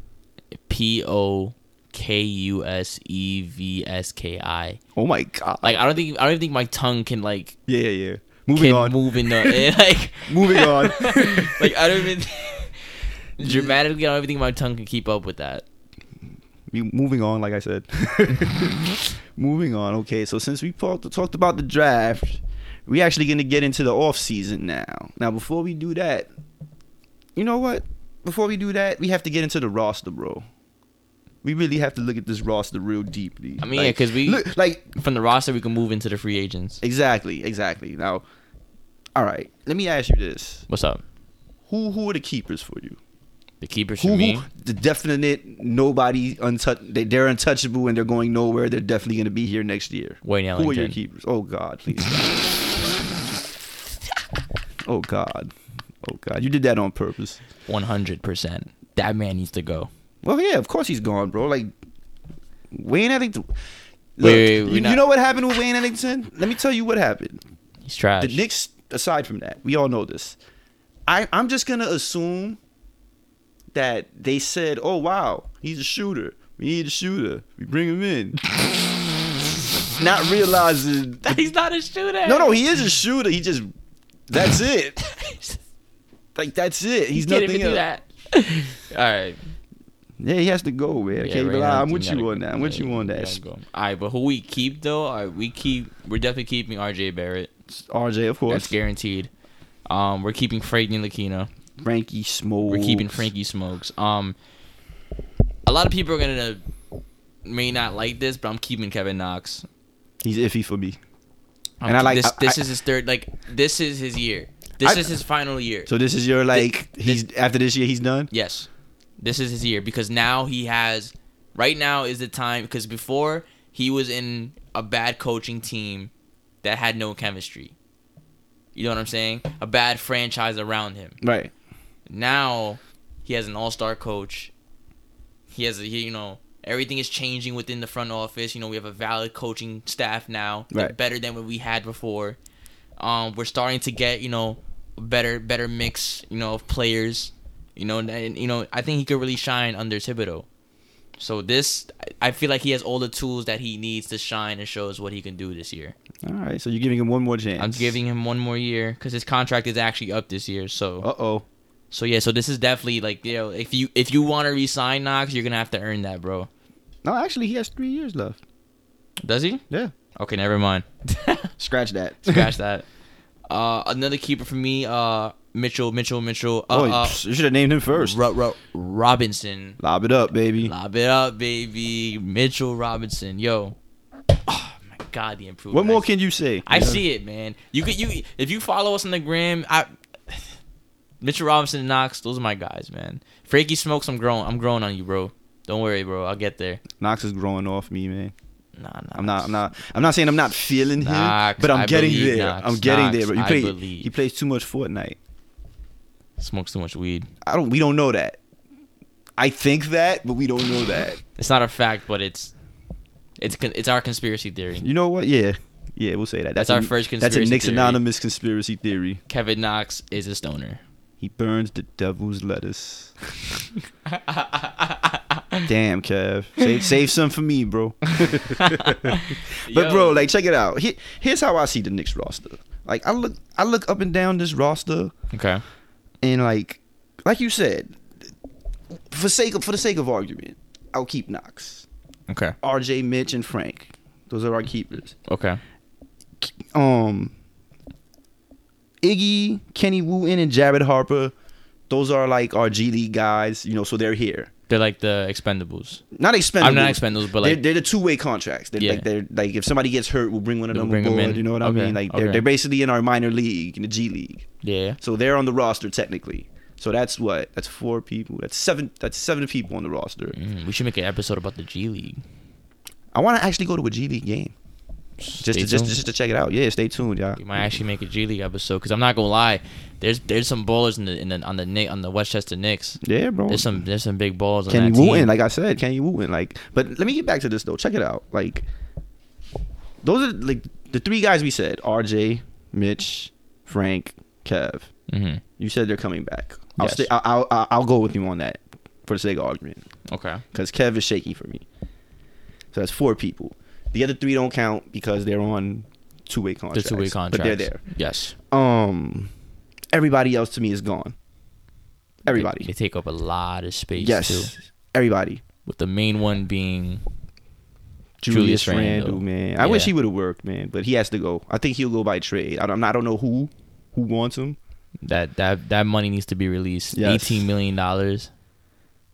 P O K U S E V S K I. Oh my god. Like I don't think I don't even think my tongue can like yeah, yeah, yeah. Moving can on. move in the like Moving on. like I don't even dramatically I don't even think my tongue can keep up with that. You- moving on, like I said. moving on. Okay, so since we talked, talked about the draft, we actually going to get into the off season now. Now, before we do that, you know what? Before we do that, we have to get into the roster, bro. We really have to look at this roster real deeply. I mean, Like, yeah, 'cause we- look, like From the roster we can move into the free agents. exactly, exactly. Now, all right, let me ask you this: What's up? Who who are the keepers for you? The keepers for Who, me. who the definite nobody untouch they, they're untouchable and they're going nowhere. They're definitely going to be here next year. Wayne Who are your Ellington. keepers? Oh God, please. oh God, oh God, you did that on purpose. One hundred percent. That man needs to go. Well, yeah, of course he's gone, bro. Like Wayne Ellington. Look, wait, you, we're not- you know what happened with Wayne Ellington? Let me tell you what happened. He's trash. The Knicks, aside from that, we all know this. I, I'm just gonna assume that they said, "Oh wow, he's a shooter. We need a shooter. We bring him in." Not realizing, He's not a shooter. no, no, he is a shooter. He just, that's it. Like that's it. He's Can't nothing even else. do that. All right. Yeah, he has to go, man. Yeah, okay, Ray but uh, I'm Ellington with gotta you go. on that. I'm with Yeah, you on gotta that. go. All right, but who we keep though? All right, we keep. We're definitely keeping R.J. Barrett. RJ, That's of course. guaranteed. Um, we're keeping Frankie Lakino. Frankie Smokes. We're keeping Frankie Smokes. Um, a lot of people are gonna may not like this, but I'm keeping Kevin Knox. He's iffy for me. I'm And I keep- like- this. I- this I- is his third. Like this is his year. This I- is his final year. So this is your like. he's after this year, he's done. Yes. This is his year because now he has right now is the time because before he was in a bad coaching team that had no chemistry. You know what I'm saying? A bad franchise around him. Right. Now he has an all-star coach. He has a he, you know everything is changing within the front office. You know we have a valid coaching staff now, They're Right. better than what we had before. Um, we're starting to get you know a better better mix you know of players. You know and, and, you know I think he could really shine under Thibodeau. So this I I feel like he has all the tools that he needs to shine and shows what he can do this year. All right, so you're giving him one more chance. I'm giving him one more year because his contract is actually up this year. So Uh oh. so yeah, so this is definitely like you know if you if you want to resign Knox, you're gonna have to earn that, bro. No, actually, he has three years left. Does he? Yeah. Okay, never mind. Scratch that. Scratch that. Uh, another keeper for me, uh, Mitchell, Mitchell, Mitchell. oh, Uh, you should have named him uh, first. Ro- Ro- Robinson. Lob it up, baby. Lob it up, baby. Mitchell Robinson. Yo. Oh my God, the improvement. What more I- can you say? I see it, man. You could you if you follow us on the gram, I Mitchell Robinson and Knox, those are my guys, man. Frankie Smokes, I'm growing I'm growing on you, bro. Don't worry, bro. I'll get there. Knox is growing off me, man. Nah, nah. I'm not. I'm not. I'm not saying I'm not feeling him, Knox, but I'm I getting believe there. Knox, I'm getting Knox, there. But you I play. believe. He plays too much Fortnite. Smokes too much weed. I don't. We don't know that. I think that, but we don't know that. It's not a fact, but it's it's con- it's our conspiracy theory. You know what? Yeah. Yeah, we'll say that. That's a- our first That's conspiracy a Nick's theory. anonymous conspiracy theory. Kevin Knox is a stoner. He burns the devil's lettuce. Damn, Kev. Save, save some for me, bro. But Yo. bro, like check it out. Here, here's how I see the Knicks roster. Like I look I look up and down this roster Okay. and like like you said, for sake of for the sake of argument, I'll keep Knox. Okay. RJ Mitch and Frank. Those are our keepers. Okay. Um Iggy, Kenny Wooten, and Jared Harper, those are like our G League guys, you know, so they're here. They're like the Expendables. Not expendables. I'm not Expendables, but, they're, like- they're the two way contracts. They're, Yeah. like they're like if somebody gets hurt, we'll bring one of We'll them bring 'em aboard. in. You know what I Okay, mean? Like they're, okay. they're basically in our minor league, in the G League. Yeah. So they're on the roster technically. So that's what? That's four people. That's seven. That's seven people on the roster. Mm, we should make an episode about the G League. I want to actually go to a G League game just Stay to, just tuned. just to check it out. Yeah, stay tuned, y'all. We might actually make a G League episode because I'm not gonna lie, there's there's some ballers in the, in the on the Knick- on the Westchester Knicks. Yeah, bro. There's some there's some big balls on Kenny that team. Wooten, like I said, Kenny Wooten. Like, but let me get back to this though. Check it out. Like, those are like the three guys we said: R.J., Mitch, Frank, Kev. Mhm. You said they're coming back. I'll, Yes. stay, I'll, I'll I'll- I'll go with you on that for the sake of argument Okay. because Kev is shaky for me. So that's four people. The other three don't count because they're on two-way The contracts. two way contracts. but they're there. Yes. Um, everybody else to me is gone. Everybody. They, they take up a lot of space. yes. Too, Everybody. with the main one being Julius, Julius Randle, Randle. man. I wish Yeah. he would have worked, man, but he has to go. I think he'll go by trade. I don't, I don't know who who wants him. that that that money needs to be released. Yes. Eighteen million dollars.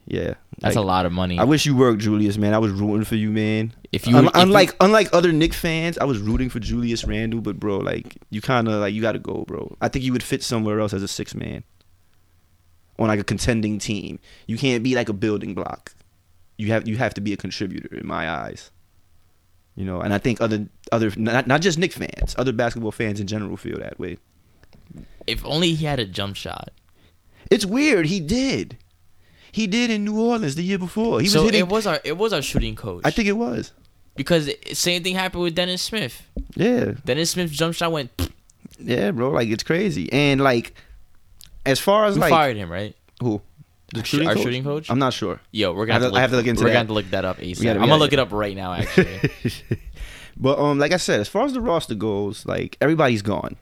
Yeah, That's Like, a lot of money. I wish you worked, Julius, man. I was rooting for you, man. If you- Un- if you- unlike unlike other Nick fans, I was rooting for Julius Randle, but bro, like you kind of like you got to go, bro. I think you would fit somewhere else as a six man on like a contending team. You can't be like a building block. You have you have to be a contributor in my eyes. You know, and I think other other not, not just Nick fans, other basketball fans in general feel that way. if only he had a jump shot. It's weird. He did. He did in New Orleans the year before. He so was hitting. it was our it was our shooting coach. I think it was. because it- same thing happened with Dennis Smith. Yeah. Dennis Smith's jump shot went. Yeah, bro, like it's crazy. And like, as far as We like fired him, right? who the Our sh- our shooting coach? I'm not sure, Yo, we're gonna I have to- I have to look into we're that. gonna have to look that up. ASAP. gotta- we I'm gotta- gonna look it up right now. Actually, but um, like I said, as far as the roster goes, like everybody's gone.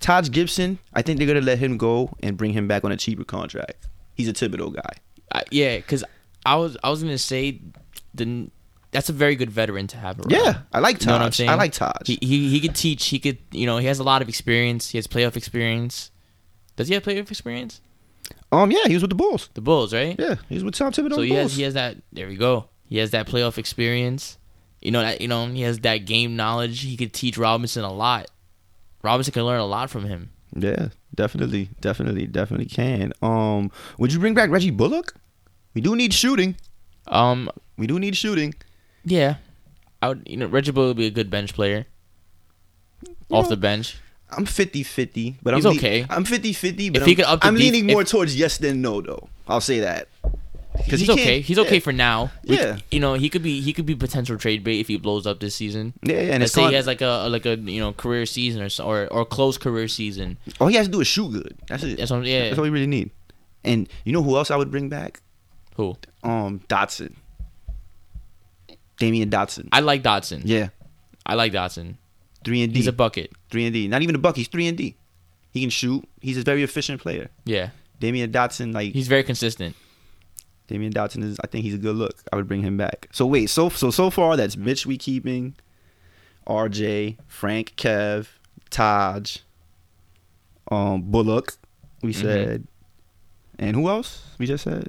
Todd Gibson, I think they're gonna let him go and bring him back on a cheaper contract. He's a Thibodeau guy. I, yeah, because I was I was gonna say the that's a very good veteran to have around. Yeah, I like Taj. You know what I'm saying? I like Taj. He, he he could teach. He could you know he has a lot of experience. He has playoff experience. Does he have playoff experience? um, yeah, he was with the Bulls. The Bulls, right? Yeah, he was with Tom Thibodeau. So and he Bulls. has he has that. There we go. He has that playoff experience. You know that you know he has that game knowledge. He could teach Robinson a lot. Robinson can learn a lot from him. yeah, definitely, definitely, definitely can. Um, would you bring back Reggie Bullock? We do need shooting. Um, We do need shooting. yeah, I would. You know, Reggie Bullock would be a good bench player. Off the bench, I'm 50-50, but He's I'm lea- okay. I'm 50-50, but If I'm, he could up the I'm def- leaning if- more towards yes than no though. I'll say that. Cuz he's okay. He's okay for now. We c- Yeah. you know he could be he could be potential trade bait if he blows up this season. Yeah, yeah, and Let's it's say con- he has like a like a you know career season or so, or or close career season. All he has to do is shoot good. That's it. That's what I'm- yeah. That's all we really need. And you know who else I would bring back? Who Um Dotson. Damian Dotson. I like Dotson. yeah. I like Dotson. 3 and D. He's a bucket. 3 and D. Not even a buck, he's 3 and D. He can shoot. He's a very efficient player. Yeah, Damian Dotson like he's very consistent. Damian Dotson is. I think he's a good look. I would bring him back. So wait, so so so far that's Mitch we keeping, R.J. Frank, Kev, Taj, um Bullock. We Mm-hmm. said, and who else? We just said.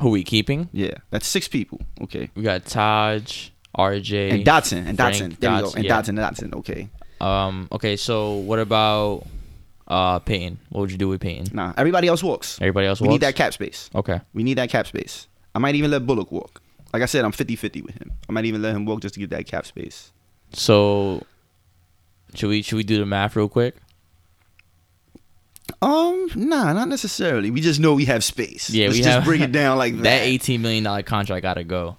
Who we keeping? Yeah, that's six people. Okay. We got Taj, RJ, And Dotson and Dotson. Frank, there we go. Dotson, And yeah. Dotson and Dotson. Okay. Um. Okay. So what about uh Peyton? What would you do with Peyton? Nah, everybody else walks. Everybody else we walks? need that cap space. Okay. We need that cap space. I might even let Bullock walk. Like I said, I'm 50-50 with him. I might even let him walk just to get that cap space. So should we should we do the math real quick? Um, nah, not necessarily. We just know we have space. Yeah, Let's we just have- bring it down like that. That eighteen million dollar contract gotta go.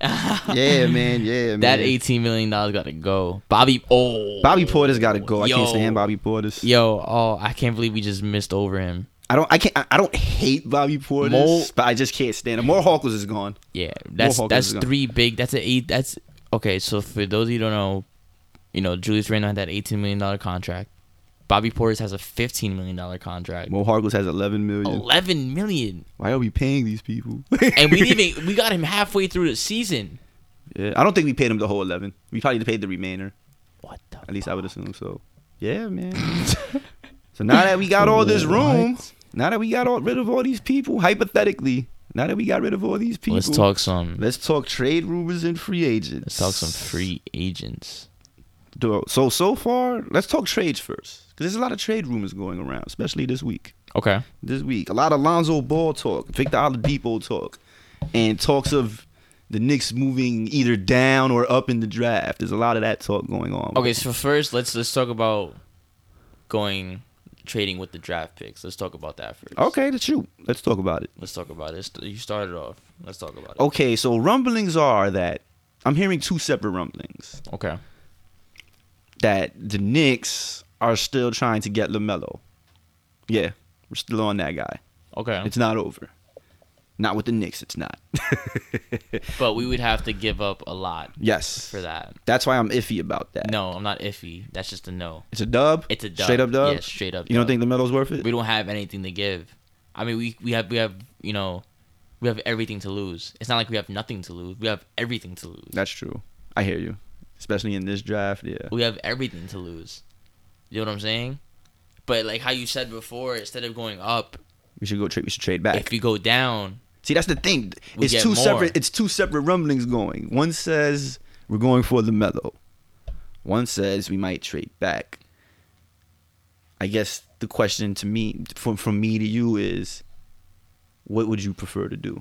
yeah, man. Yeah, man. That eighteen million dollars gotta go. Bobby. Oh. Bobby Porter's got to go. I Yo. can't stand Bobby Porter's. Yo. Oh, I can't believe we just missed over him. I don't. I can't. I, I don't hate Bobby Porter's, Mo- but I just can't stand him. More Hawkins is gone. Yeah, that's Hawkins that's is gone. three big. That's an eight. That's okay. So for those of you who don't know, you know Julius Randle had that eighteen million dollar contract. Bobby Portis has a fifteen million dollar contract. Mo Harkless has 11 million. Eleven million, Why are we paying these people? and we didn't even we got him halfway through the season. yeah, I don't think we paid him the whole 11. We probably paid the remainder. What the? At least I would assume so. Yeah, man. so now that we got all this room, now that we got all rid of all these people, hypothetically, Now that we got rid of all these people, Let's talk some. Let's talk trade rumors and free agents. Let's talk some free agents. Do- So so far, let's talk trades first, because there's a lot of trade rumors going around, especially this week. Okay. This week, a lot of Lonzo Ball talk, Victor Oladipo talk, and talks of the Knicks moving either down or up in the draft. There's a lot of that talk going on. Okay, so first let's let's talk about going trading with the draft picks. Let's talk about that first. Okay, that's you. Let's talk about it. Let's talk about it. You started off. Let's talk about it. Okay, so rumblings are that I'm hearing two separate rumblings Okay. that the Knicks are still trying to get Lamelo. Yeah, we're still on that guy. Okay. It's not over. Not with the Knicks, it's not. but we would have to give up a lot yes. for that. That's why I'm iffy about that. No, I'm not iffy. That's just a no. It's a dub. It's a dub. Straight up dub. Yeah, straight up You don't dub. think the medal's worth it? We don't have anything to give. I mean, we we have we have you know, we have everything to lose. It's not like we have nothing to lose. We have everything to lose. That's true. I hear you. Especially in this draft, yeah. We have everything to lose. You know what I'm saying? But like how you said before, instead of going up, We should go trade. We should trade back. if you go down, See, that's the thing. We it's get two more. separate. It's two separate rumblings going. One says we're going for the mellow. One says we might trade back. I guess the question to me, from from me to you, is, what would you prefer to do?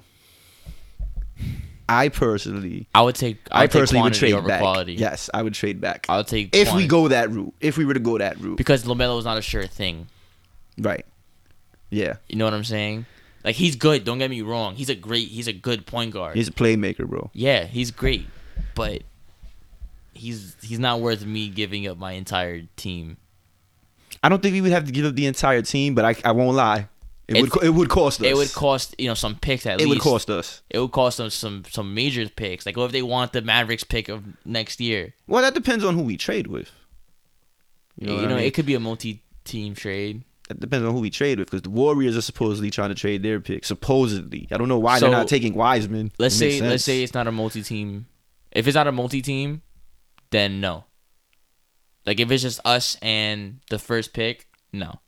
I personally, I would take. I, I, would personally would take quantity trade over back. quality. Yes, I would trade back. I would take. if quantity. we go that route, if we were to go that route, because Lamelo is not a sure thing. right? Yeah, You know what I'm saying? Like he's good. Don't get me wrong. He's a great. He's a good point guard. he's a playmaker, bro. yeah, he's great, but he's he's not worth me giving up my entire team. I don't think we would have to give up the entire team, but I, I won't lie. It would It's- co- it would cost us. It would cost you know some picks at it least. would cost us. It would cost them some some major picks. Like what if they want the Mavericks pick of next year? Well, that depends on who we trade with. You know know, what I mean? it could be a multi-team trade. That depends on who we trade with, because the Warriors are supposedly trying to trade their pick. Supposedly, I don't know why So, they're not taking Wiseman. Let's It say makes let's say sense. it's not a multi-team. If it's not a multi-team, then no. Like if it's just us and the first pick, no,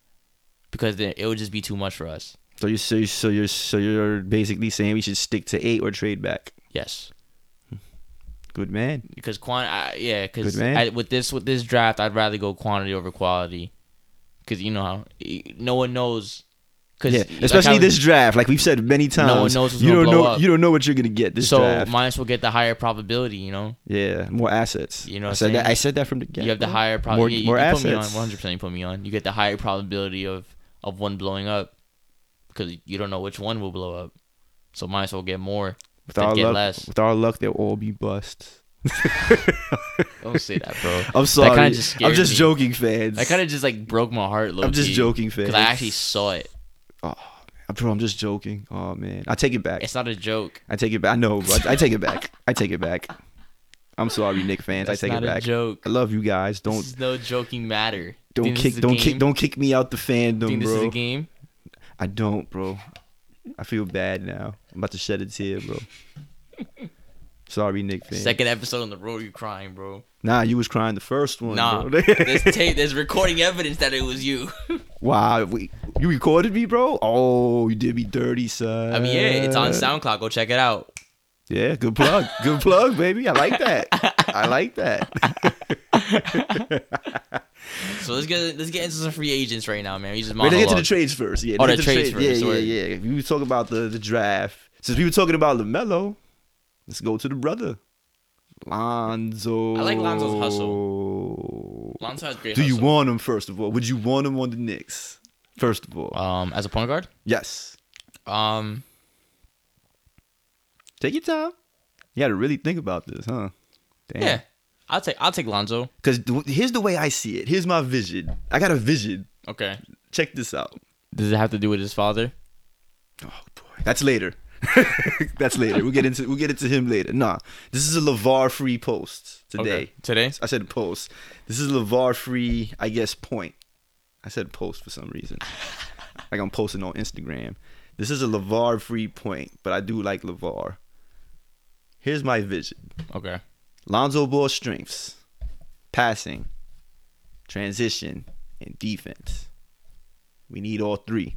because then it would just be too much for us. so. You're, so you're so you're so you're basically saying we should stick to eight or trade back. Yes, Good man. because quan, I, yeah, because Good man. with this with this draft, I'd rather go quantity over quality, because you know how y- no one knows. Cause Yeah, like especially how- this draft. Like we've said many times, one knows what's you gonna don't blow know up. you don't know what you're gonna get this So draft. might as well get the higher probability. You know, yeah, more assets. You know what I I'm said that. saying? I said that from the get. you have the higher More, probability. you, more you assets. put me on 100. percent You put me on. You get the higher probability of of one blowing up because you don't know which one will blow up. So might as well get more With than our get luck, less. with our luck, they'll all be busts. Don't say that, bro. I'm sorry. kinda just I'm scared just me. joking, fans. That kind of just like broke my heart. Low I'm just joking, fam. because I actually saw it. of, bro. I'm just joking. Oh man, I take it back. It's not a joke. I take it back. I know, bro. I take it back. I take it back. I'm sorry, Nick fans. That's I take not it a back. joke. I love you guys. This Don't is no joking matter. don't Think this kick is a don't game? kick don't kick me out the Think fandom, this is a bro. game? I don't, bro. I feel bad now. I'm about to shed a tear, bro. sorry, Nick fans. Second episode on the road, you crying, bro. Nah, you was crying the first one. Nah, bro. there's tape, there's recording evidence that it was you. wow, we, you recorded me, bro. Oh, you did me dirty, son. I mean, yeah, it's Uh. on SoundCloud. Go check it out. Yeah, good plug. good plug, baby. I like that. I like that. So let's get let's get into some free agents right now, man. You just Wait, let's get to the monologue. trades first. Yeah, Oh, let's the get to trades first, Yeah, sorry. yeah, yeah. We were talking about the, the draft. Since we were talking about LaMelo, let's go to the brother. Lonzo. I like Lonzo's hustle. Lonzo has great. Do you hustle. want him, first of all? Would you want him on the Knicks, first of all? um as a point guard? yes. Um, Take your time. You got to really think about this, huh? Damn. yeah, I'll take I'll take Lonzo. Because here's the way I see it. Here's my vision. I got a vision. Okay. Check this out. Does it have to do with his father? Oh boy, that's later. that's later. We'll get into we'll get into him later. Nah, this is a Levar free post today. Okay. Today? I said post. This is Levar free. I guess point. I said post for some reason. like I'm posting on Instagram. This is a Levar free point, but I do like Levar. Here's my vision: Okay. Lonzo Ball strengths, passing, transition, and defense. We need all three.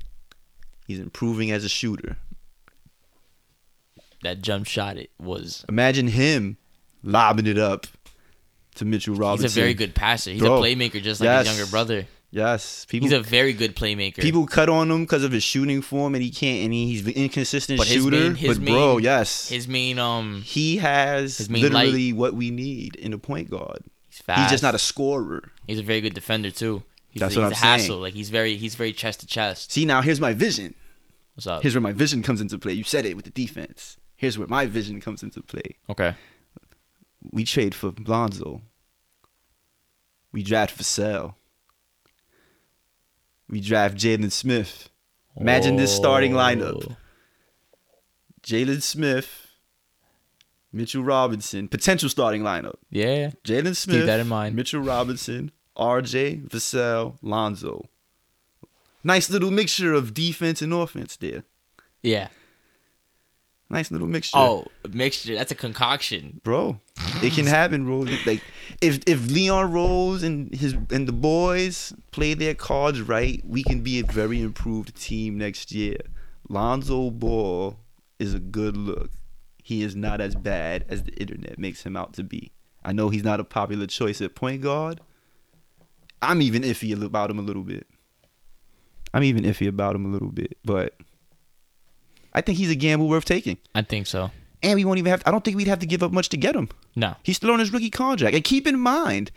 He's improving as a shooter. that jump shot it was. Imagine him lobbing it up to Mitchell Robinson. He's a very good passer. He's Bro, a playmaker, just like yes. his younger brother. Yes, people. He's a very good playmaker. People cut on him because of his shooting form, and he can't. And he's an inconsistent But his shooter. main- his but bro, main- yes, his main um, he has his main literally what we need in a point guard. he's fast. He's just not a scorer. He's a very good defender too. He's, That's he's what a I'm saying. hassle. Like he's very he's very chest to chest. See, now here's my vision. What's up? Here's where my vision comes into play. You said it with the defense. Here's where my vision comes into play. okay. We trade for Lonzo. We draft Vassell. We draft Jalen Smith. Imagine this starting lineup. Oh. Jalen Smith, Mitchell Robinson, potential starting lineup. Yeah. Jalen Smith, that in mind. Mitchell Robinson, RJ, Vassell, Lonzo. Nice little mixture of defense and offense there. Yeah. Nice little mixture. Oh, mixture. That's a concoction. bro, it can happen, bro. Like if if Leon Rose and his and the boys play their cards right, we can be a very improved team next year. Lonzo Ball is a good look. He is not as bad as the internet makes him out to be. I know he's not a popular choice at point guard. I'm even iffy about him a little bit. I'm even iffy about him a little bit, but I think he's a gamble worth taking. I think so. And we won't even have I don't think we'd have to give up much to get him. No. He's still on his rookie contract. And keep in mind,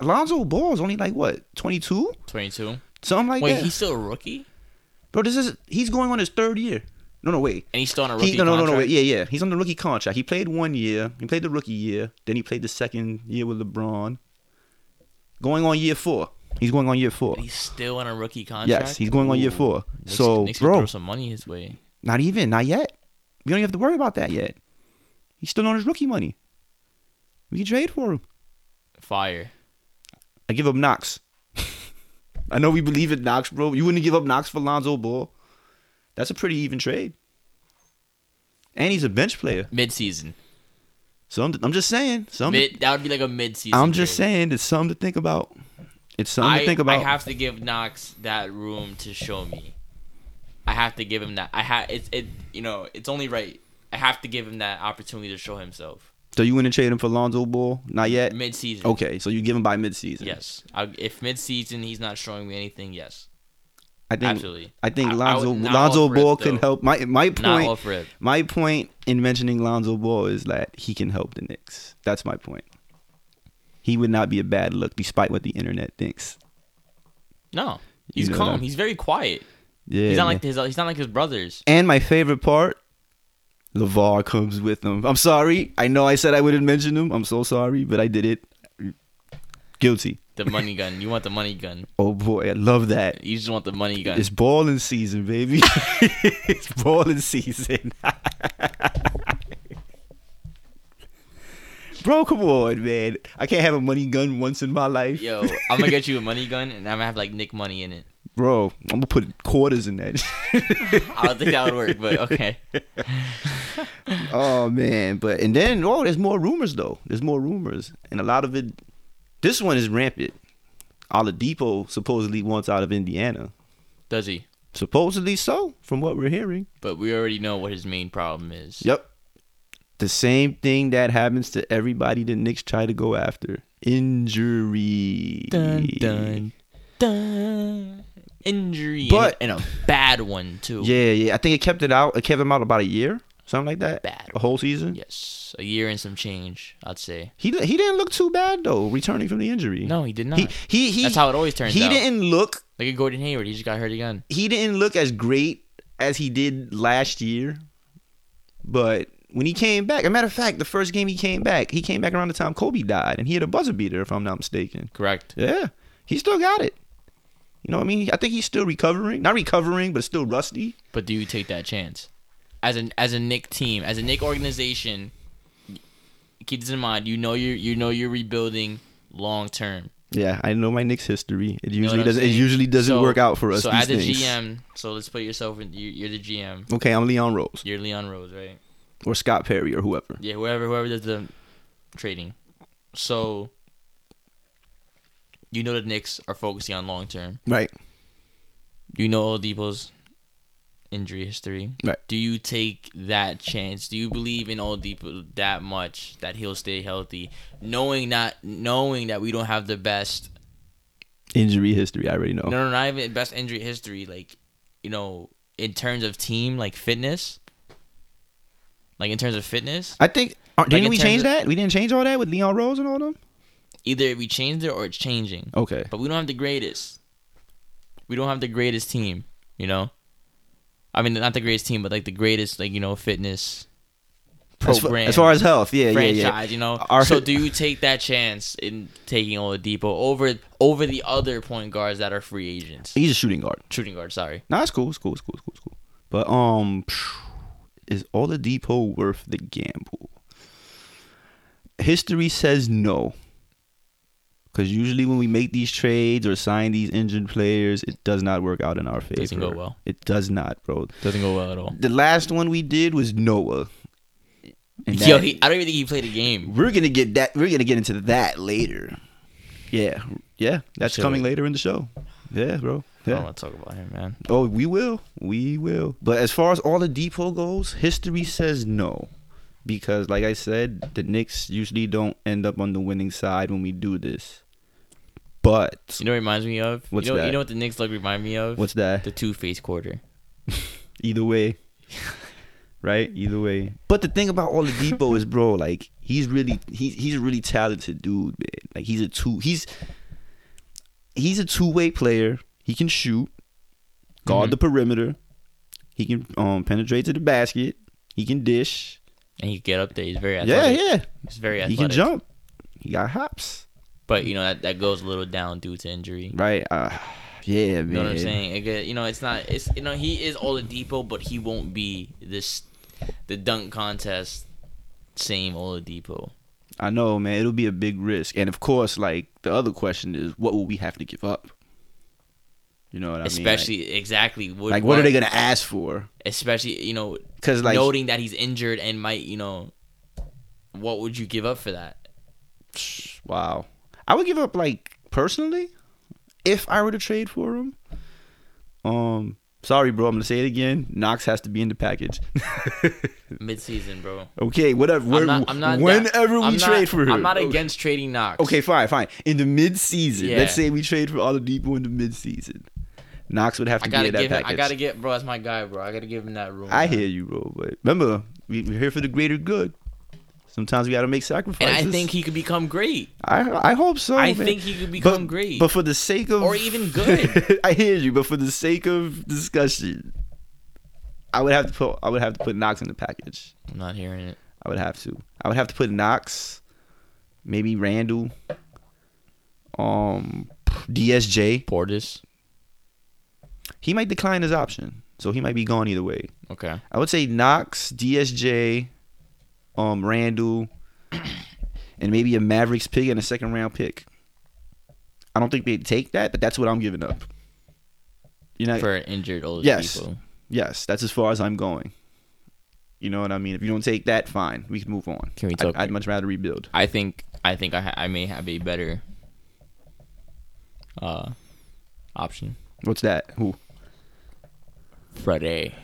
Alonzo Ball is only like what, 22? Twenty two. Something like Wait, that. he's still a rookie, Bro, this is he's going on his third year. No, no, wait. and he's still on a rookie He, no, no, no, no, contract? wait. Yeah, yeah. He's on the rookie contract. He played one year. He played the rookie year. Then he played the second year with LeBron. Going on year four. He's going on year four. He's still on a rookie contract. Yes, he's going on year Ooh. four. Knicks- So, Knicks could bro, throw some money his way. not even, not yet. We don't even have to worry about that yet. He's still on his rookie money. We can trade for him. Fire. I give up Knox. I know we believe in Knox, bro. You wouldn't give up Knox for Lonzo Ball. That's a pretty even trade. And he's a bench player. Mid season. So I'm, I'm just saying. Some, Mid. That would be like a mid season. I'm just saying it's something to think about. It's something I to think about. I have to give Knox that room to show me. I have to give him that. I have it's it. You know, it's only right. I have to give him that opportunity to show himself so you wouldn't trade him for Lonzo Ball? Not yet? mid season. Okay, so you give him by midseason. Yes. I, if mid season he's not showing me anything, yes. I think Absolutely. I think I- I Lonzo would not Lonzo offer it, Ball can though. help. My my Not point off rip. my point in mentioning Lonzo Ball is that he can help the Knicks. That's my point. He would not be a bad look despite what the internet thinks. No. He's know calm. that. He's very quiet. Yeah. he's not man. like his. He's not like his brothers. and my favorite part, LeVar comes with him. I'm sorry. I know I said I wouldn't mention him. I'm so sorry, but I did it. Guilty. The money gun. You want the money gun. Oh boy, I love that. You just want the money gun. It's balling season, baby. it's balling season. Bro, come on, man. I can't have a money gun once in my life. Yo, I'm gonna get you a money gun, and I'm gonna have like Nick money in it. Bro, I'm gonna put quarters in that. I don't think that would work, but okay. oh man, but and then oh, there's more rumors though. There's more rumors, and a lot of it. This one is rampant. Oladipo supposedly wants out of Indiana. Does he? Supposedly so, from what we're hearing. But we already know what his main problem is. Yep. The same thing that happens to everybody the Knicks try to go after. Injury. Dun dun dun. Injury, But- and, and a bad one too. Yeah, yeah. I think it kept it out. It kept him out about a year, something like that. Bad. A whole season. Yes, a year and some change, I'd say. He he didn't look too bad though, returning from the injury. No, he did not. He he, he That's how it always turns He out. didn't look Look at Gordon Hayward. He just got hurt again. he didn't look as great as he did last year, but when he came back, a matter of fact, the first game he came back, he came back around the time Kobe died, and he had a buzzer beater, if I'm not mistaken. Correct. Yeah, he still got it. You know what I mean? I think he's still recovering. Not recovering, but still rusty. But do you take that chance? As an as a Nick team, as a Nick organization, keep this in mind. You know you you know you're rebuilding long term. Yeah, I know my Knicks history. It You know usually what I'm doesn't. It saying? usually doesn't So- work out for us. So these as a things. GM, so let's put yourself in. you- You're the GM. Okay, I'm Leon Rose You're Leon Rose, right? or Scott Perry or whoever. Yeah, whoever whoever does the trading. So you know the Knicks are focusing on long term. Right. You know Oladipo's injury history. Right. Do you take that chance? Do you believe in Oladipo that much that he'll stay healthy, knowing not knowing that we don't have the best, Injury history, I already know. no, no, not even best injury history, like you know, in terms of team, like fitness, like in terms of fitness, I think aren't- didn't in we terms change of- that? We didn't change all that with Leon Rose and all them. either we changed it or it's changing. Okay, But we don't have the greatest. We don't have the greatest team, you know? I mean, not the greatest team, but like the greatest, like, you know, fitness as, fa- program. as far as health, yeah, yeah, franchise, yeah. you know? Our- so do you take that chance in taking Oladipo over over the other point guards that are free agents? He's a shooting guard. Shooting guard, sorry. Nah, it's cool. It's cool. It's cool. It's cool. It's cool. But um, is all the depot worth the gamble? History says no. Because usually when we make these trades or sign these injured players, it does not work out in our favor. Doesn't go well. It does not, bro. Doesn't go well at all. The last one we did was Noah. And Yo, that- he, I don't even think he played a game. we're gonna get that. We're gonna get into that later. Yeah, yeah, that's Should coming we? later in the show. Yeah, bro. I Yeah. don't want to talk about him, man. Oh, we will. We will. But as far as all the depot goes, history says no. Because, like I said, the Knicks usually don't end up on the winning side when we do this. But You know what it reminds me of? What's you know, that? You know what the Knicks look remind me of? what's that? The two-face quarter. Either way, right? Either way. But the thing about all the depot is, bro, like he's really he's he's a really talented dude, man. Like he's a two he's he's a two way player. He can shoot, guard Mm-hmm. the perimeter. He can um penetrate to the basket. He can dish. And he get up there. He's very Yeah, athletic. yeah. He's very He athletic. can jump. He got hops. But you know that, that goes a little down due to injury. Right. Uh, yeah, man. You know what I'm saying? It get, you know, it's not. It's you know he is Oladipo, but he won't be this the dunk contest same Oladipo. I know, man. It'll be a big risk. And of course, like the other question is, what will we have to give up? You know what I especially mean? exactly what, Like, like, what are they gonna ask for? Especially you know, 'Cause, like- noting that he's injured and might you know, what would you give up for that? Wow. I would give up like personally, if I were to trade for him. Um, sorry, bro. I'm gonna say it again. Knox has to be in the package. Midseason, bro. okay, whatever. I'm When- not. I'm not whenever we I'm not- trade for him, I'm not Okay. against trading Knox. Okay, fine, fine. In the mid season, Yeah. let's say we trade for Oladipo in the mid season. Knox would have I to be gotta in that give. Him, package. I gotta get, bro. That's my guy, bro. I gotta give him that room. I man. hear you, bro. But remember, we, we're here for the greater good. Sometimes we gotta make And sacrifices. I think he could become great. I, I hope so. I man. think he could But- become great. but for the sake of Or even good. I hear you. But for the sake of discussion, I would have to put I would have to put Knox in the package. I'm not hearing it. I would have to. I would have to put Knox, maybe Randall, um, DSJ. Portis. He might decline his option, so he might be gone either way. Okay. I would say Knox, DSJ, um, Randall, and maybe a Mavericks pick and a second round pick. I don't think they'd take that, but that's what I'm giving up. You know, For injured old Yes. people. yes, that's as far as I'm going. You know what I mean? If you don't take that, fine, we can move on. Can we I'd- talk- I'd, much rather rebuild. I think I think I ha- I may have a better uh option. What's that? Who? Freddie.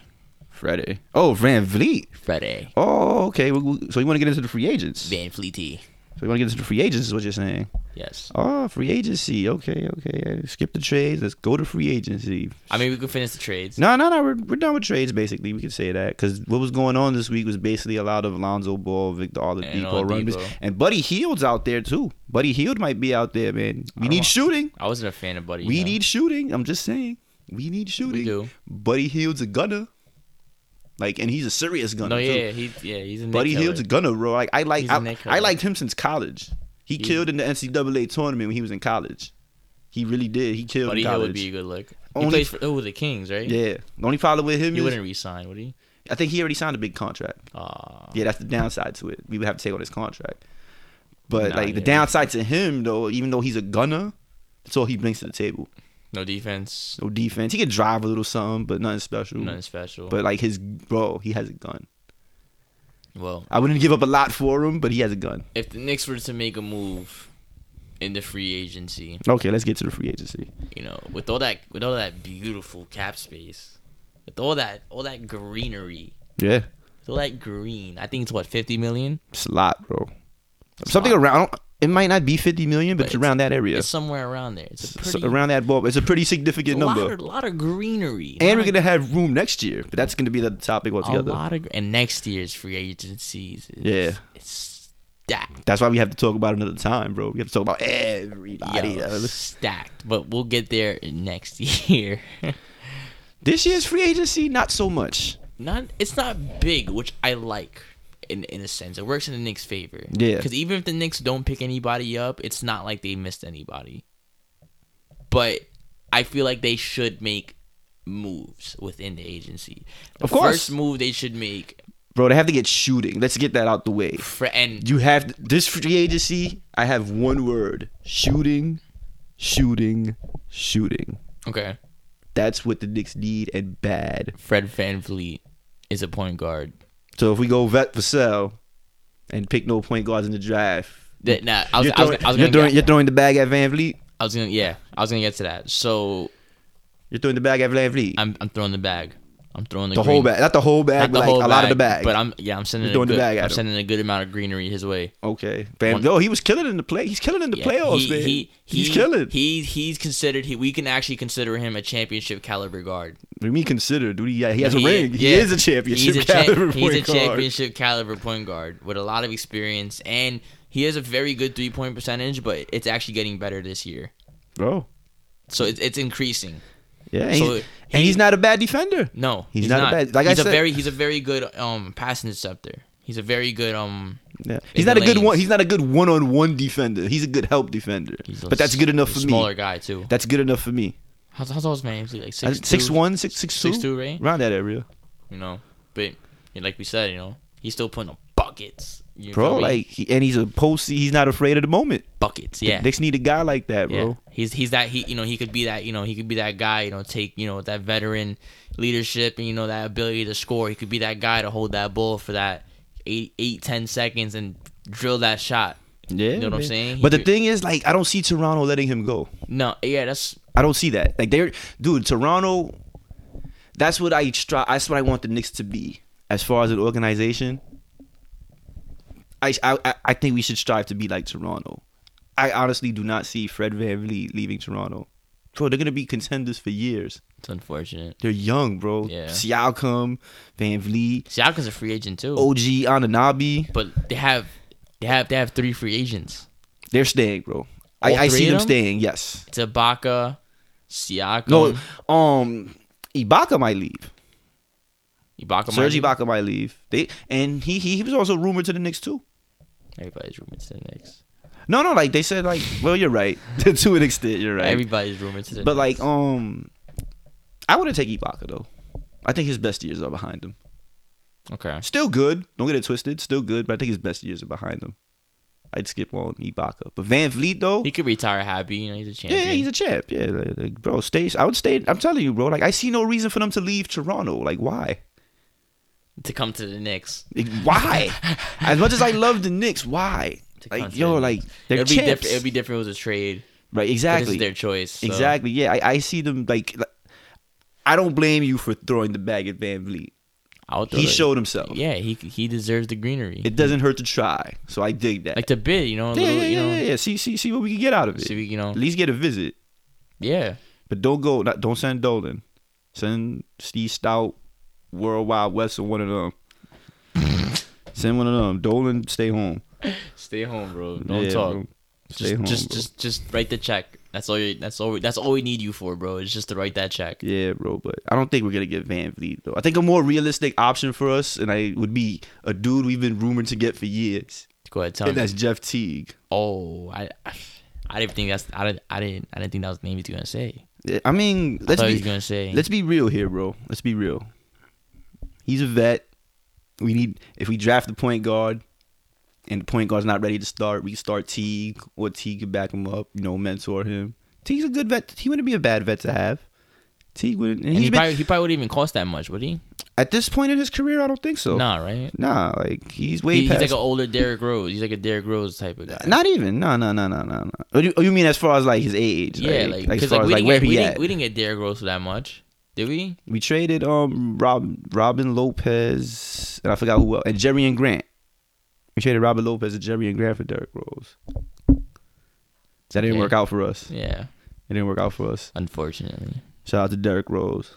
Freddie. Oh, Van Vliet. Freddie. Oh, okay. Well, well, So you want to get into the free agents? Van Fleety. So you want to get into the free agents? Is what you're saying? Yes. Oh, free agency. Okay, okay. yeah. Skip the trades. Let's go to free agency. I mean, we could finish the trades. No, no, no. We're, we're done with trades, basically. We could say that. Because what was going on this week was basically a lot of Alonzo Ball, Victor Oladipo, Oladipo. Rumbus. And Buddy Heald's out there, too. Buddy Heald might be out there, man. We need shooting. I wasn't a fan of Buddy. We Hield. need shooting. I'm just saying. We need shooting. do. Buddy Heald's a gunner. Like, and he's a serious gunner, No, too. yeah, he, yeah, he's a Nick Buddy killer. Hield's a gunner, bro. Like I like He's a I, neck I killer. liked him since college. He He's- killed in the NCAA tournament when he was in college. He really did. He killed Buddy in Hield college. would be a good look. Only- he plays for oh the Kings, right? yeah. The only problem with him He is wouldn't resign, would he? I think he already signed a big contract. Uh, Yeah, that's the downside to it. We would have to take on his contract. But Nah, like the yeah. downside to him though, even though he's a gunner, that's all he brings to the table. no defense, No defense. He can drive a little something, but nothing special. nothing special. But like his bro, he has a gun. well, I wouldn't give up a lot for him, but he has a gun. if the Knicks were to make a move in the free agency, Okay, let's get to the free agency. you know, with all that with all that beautiful cap space, with all that all that greenery, Yeah, with all that green. I think it's what fifty million. it's a lot, bro. Something around. I don't- It might not be 50 million, but, But it's around that area. It's somewhere around there. It's a S- pretty around that ball. It's a pretty a significant lot, number. of, lot of greenery. and we're Lot gonna have room next year, but that's gonna be the topic of- a altogether. lot of gr- and next year's free agencies. Is, Yeah. it's stacked. That's why we have to talk about it another time, bro. We have to talk about everybody. Yo, stacked. But we'll get there next year. This year's free agency, not so much. not it's not big, which I like in in a sense. It works in the Knicks' favor. Yeah. Because even if the Knicks don't pick anybody up, it's not like they missed anybody. But I feel like they should make moves within the agency. The Of course. first move they should make Bro, they have to get shooting. Let's get that out the way. for and You have this free agency. I have one word: shooting, shooting, shooting. okay. That's what the Knicks need and bad. Fred Van Fleet is a point guard. So if we go vet for sale and pick no point guards in the draft, That nah, I was, you're, I was, throwing, I was you're, gonna throwing, get, you're throwing the bag at Van Vliet. I was gonna yeah, I was gonna get to that. So You're throwing the bag at Van Vliet. I'm I'm throwing the bag. I'm throwing the, the green- whole bag, not the whole bag, Not but like a lot of the bag. But I'm yeah, I'm sending You're a throwing the good, bag at I'm him. sending a good amount of greenery his way. okay, Van. One- No, he was killing in the play. He's killing in the Yeah, playoffs, he, man. He, he's he- killing. He he's considered. He we can actually consider him a championship caliber guard. What do you mean considered? Dude, he, he has a He- ring. He yeah. is a championship He's a, cha- caliber he's a point guard. championship caliber point guard with a lot of experience, and he has a very good three point percentage. But it's actually getting better this year, Bro. so it's it's increasing. Yeah, and, So he's, he- Mm. and he's not a bad defender. No, He's not a bad- like I he's said- a very he's a very good um passing interceptor. He's a very good um. Yeah. He's in not a the good one. lanes. He's not a good one-on-one defender. He's a good help defender. He's a But that's good enough for smaller Smaller me. guy too. That's good enough for me. How's, how's all his man? He's like I- six, Six one, six six two, 6'2", right? around that area, you know. But you know, like we said, you know, he's still putting up buckets, you bro. feel me? Like, he, and he's a post. He's not afraid of the moment. buckets, yeah. Knicks need a guy like that, yeah. bro. He's he's that he you know he could be that you know he could be that guy you know take you know that veteran leadership and you know that ability to score. He could be that guy to hold that ball for that eight eight ten seconds and drill that shot. Yeah, you know what I'm man. saying. He But the could- thing is, like, I don't see Toronto letting him go. no, yeah, that's I don't see that. Like they're dude, Toronto. That's what I strive. That's what I want the Knicks to be as far as an organization. I I I think we should strive to be like Toronto. I honestly do not see Fred VanVleet leaving Toronto. Bro, they're gonna be contenders for years. it's unfortunate. They're young, bro. Yeah. Siakam, Van Vliet, Siakam's a free agent too, OG Ananabi. but they have they have they have three free agents. They're staying, bro. I, All I three see of them them? staying, yes. It's Ibaka, Siakam, No, um Ibaka might leave. Ibaka, Serge Ibaka. Ibaka might leave. They and he, he he was also rumored to the Knicks too. Everybody's rumored to the Knicks. No, no, like they said, like well, you're right to an extent, you're right. Everybody's rumored to the but like, um, I wouldn't take Ibaka though. I think his best years are behind him. okay. Still good. Don't get it twisted. Still good, but I think his best years are behind him. I'd skip on Ibaka, but Van Vliet though. He could retire happy. You know, he's a yeah, champion. yeah, he's a champ. Yeah, like, like, bro, stay. I would stay. I'm telling you, bro. Like, I see no reason for them to leave Toronto. Like, why? to come to the Knicks. Like, why? as much as I love the Knicks, why? To come Like, to yo, the like Knicks. they're it'd be champs. different. It'd be different if it was a trade. Right, But exactly. This is their choice. so- Exactly. Yeah, I, I see them like. like- I don't blame you for throwing the bag at Van Vliet. I would throw He the- showed himself. Yeah, he he deserves the greenery. It doesn't hurt to try, so I dig that. like the bid, you know. a yeah, little, yeah, you yeah, know, yeah, yeah. See, see, see what we can get out of it. See, we- you know. at least get a visit, Yeah. but don't go. Not, don't send Dolan. Send Steve Stout, World Wide West, or one of them. send one of them. Dolan, stay home. Stay home, bro. Don't Yeah, talk. bro. Stay Just, home, just, bro. just, just write the check. That's all. You, that's all. We, that's all we need you for, bro. Is just to write that check. Yeah, bro, but I don't think we're gonna get Van Vliet though. I think a more realistic option for us, and I would be a dude we've been rumored to get for years, Go ahead, tell and me. that's Jeff Teague. Oh, I, I didn't think that's. I didn't. I didn't. I didn't think that was the name he was gonna say. Yeah, I mean, let's thought he be was gonna say- let's be real here, bro. Let's be real. He's a vet. We need if we draft the point guard, and the point guard's not ready to start, we start Teague or Teague can back him up. You know, mentor him. Teague's a good vet. He wouldn't be a bad vet to have. Teague wouldn't. And And he's he, been, probably, he probably wouldn't even cost that much, would he? at this point in his career, I don't think so. Nah, right? Nah, like he's way He- he's past. like an older Derrick Rose. He's like a Derrick Rose type of guy. Not even. No, no, no, no, no, no. Oh, you, oh, you mean as far as like his age? yeah, like because as far like, as we, like didn't where get, he we, at? didn't, we didn't get Derrick Rose for that much. Did we? We traded um Rob Robin Lopez and I forgot who else and Jerry and Grant. We traded Robin Lopez and Jerry and Grant for Derrick Rose. That didn't Yeah. work out for us. Yeah. It didn't work out for us. Unfortunately. Shout out to Derrick Rose.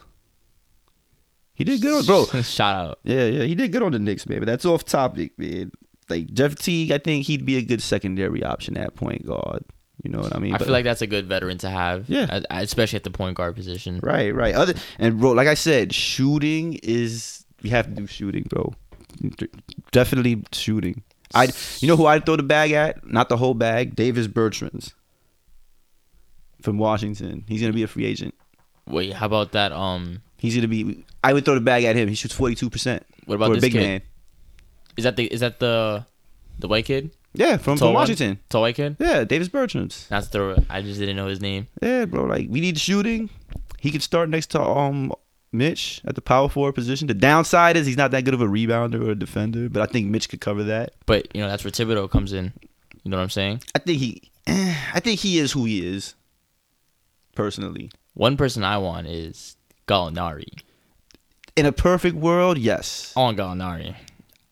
He did good, on, bro. Shout out. Yeah, yeah, he did good on the Knicks, man. But that's off topic, man. Like Jeff Teague, I think he'd be a good secondary option at point guard. You know what I mean? I But- feel like that's a good veteran to have. Yeah. at- at- Especially at the point guard position. Right, right. Other and bro, like I said, shooting is we have to do shooting, bro. Definitely shooting. I, you know who I'd throw the bag at? Not the whole bag. Davis Bertrands from Washington. He's gonna be a free agent. Wait, how about that? Um, He's gonna be. I would throw the bag at him. He shoots forty two percent. What about for this a big kid? man? is that the is that the the white kid? Yeah, from, Tall one? from Washington. Tall white kid. Yeah, Davis Bertrands. That's the I just didn't know his name. Yeah, bro. Like we need shooting. He could start next to um Mitch at the power forward position. The downside is he's not that good of a rebounder or a defender, but I think Mitch could cover that. But you know that's where Thibodeau comes in. You know what I'm saying? I think he, eh, I think he is who he is. Personally, One person I want is Gallinari. in a perfect world, yes. I want Gallinari.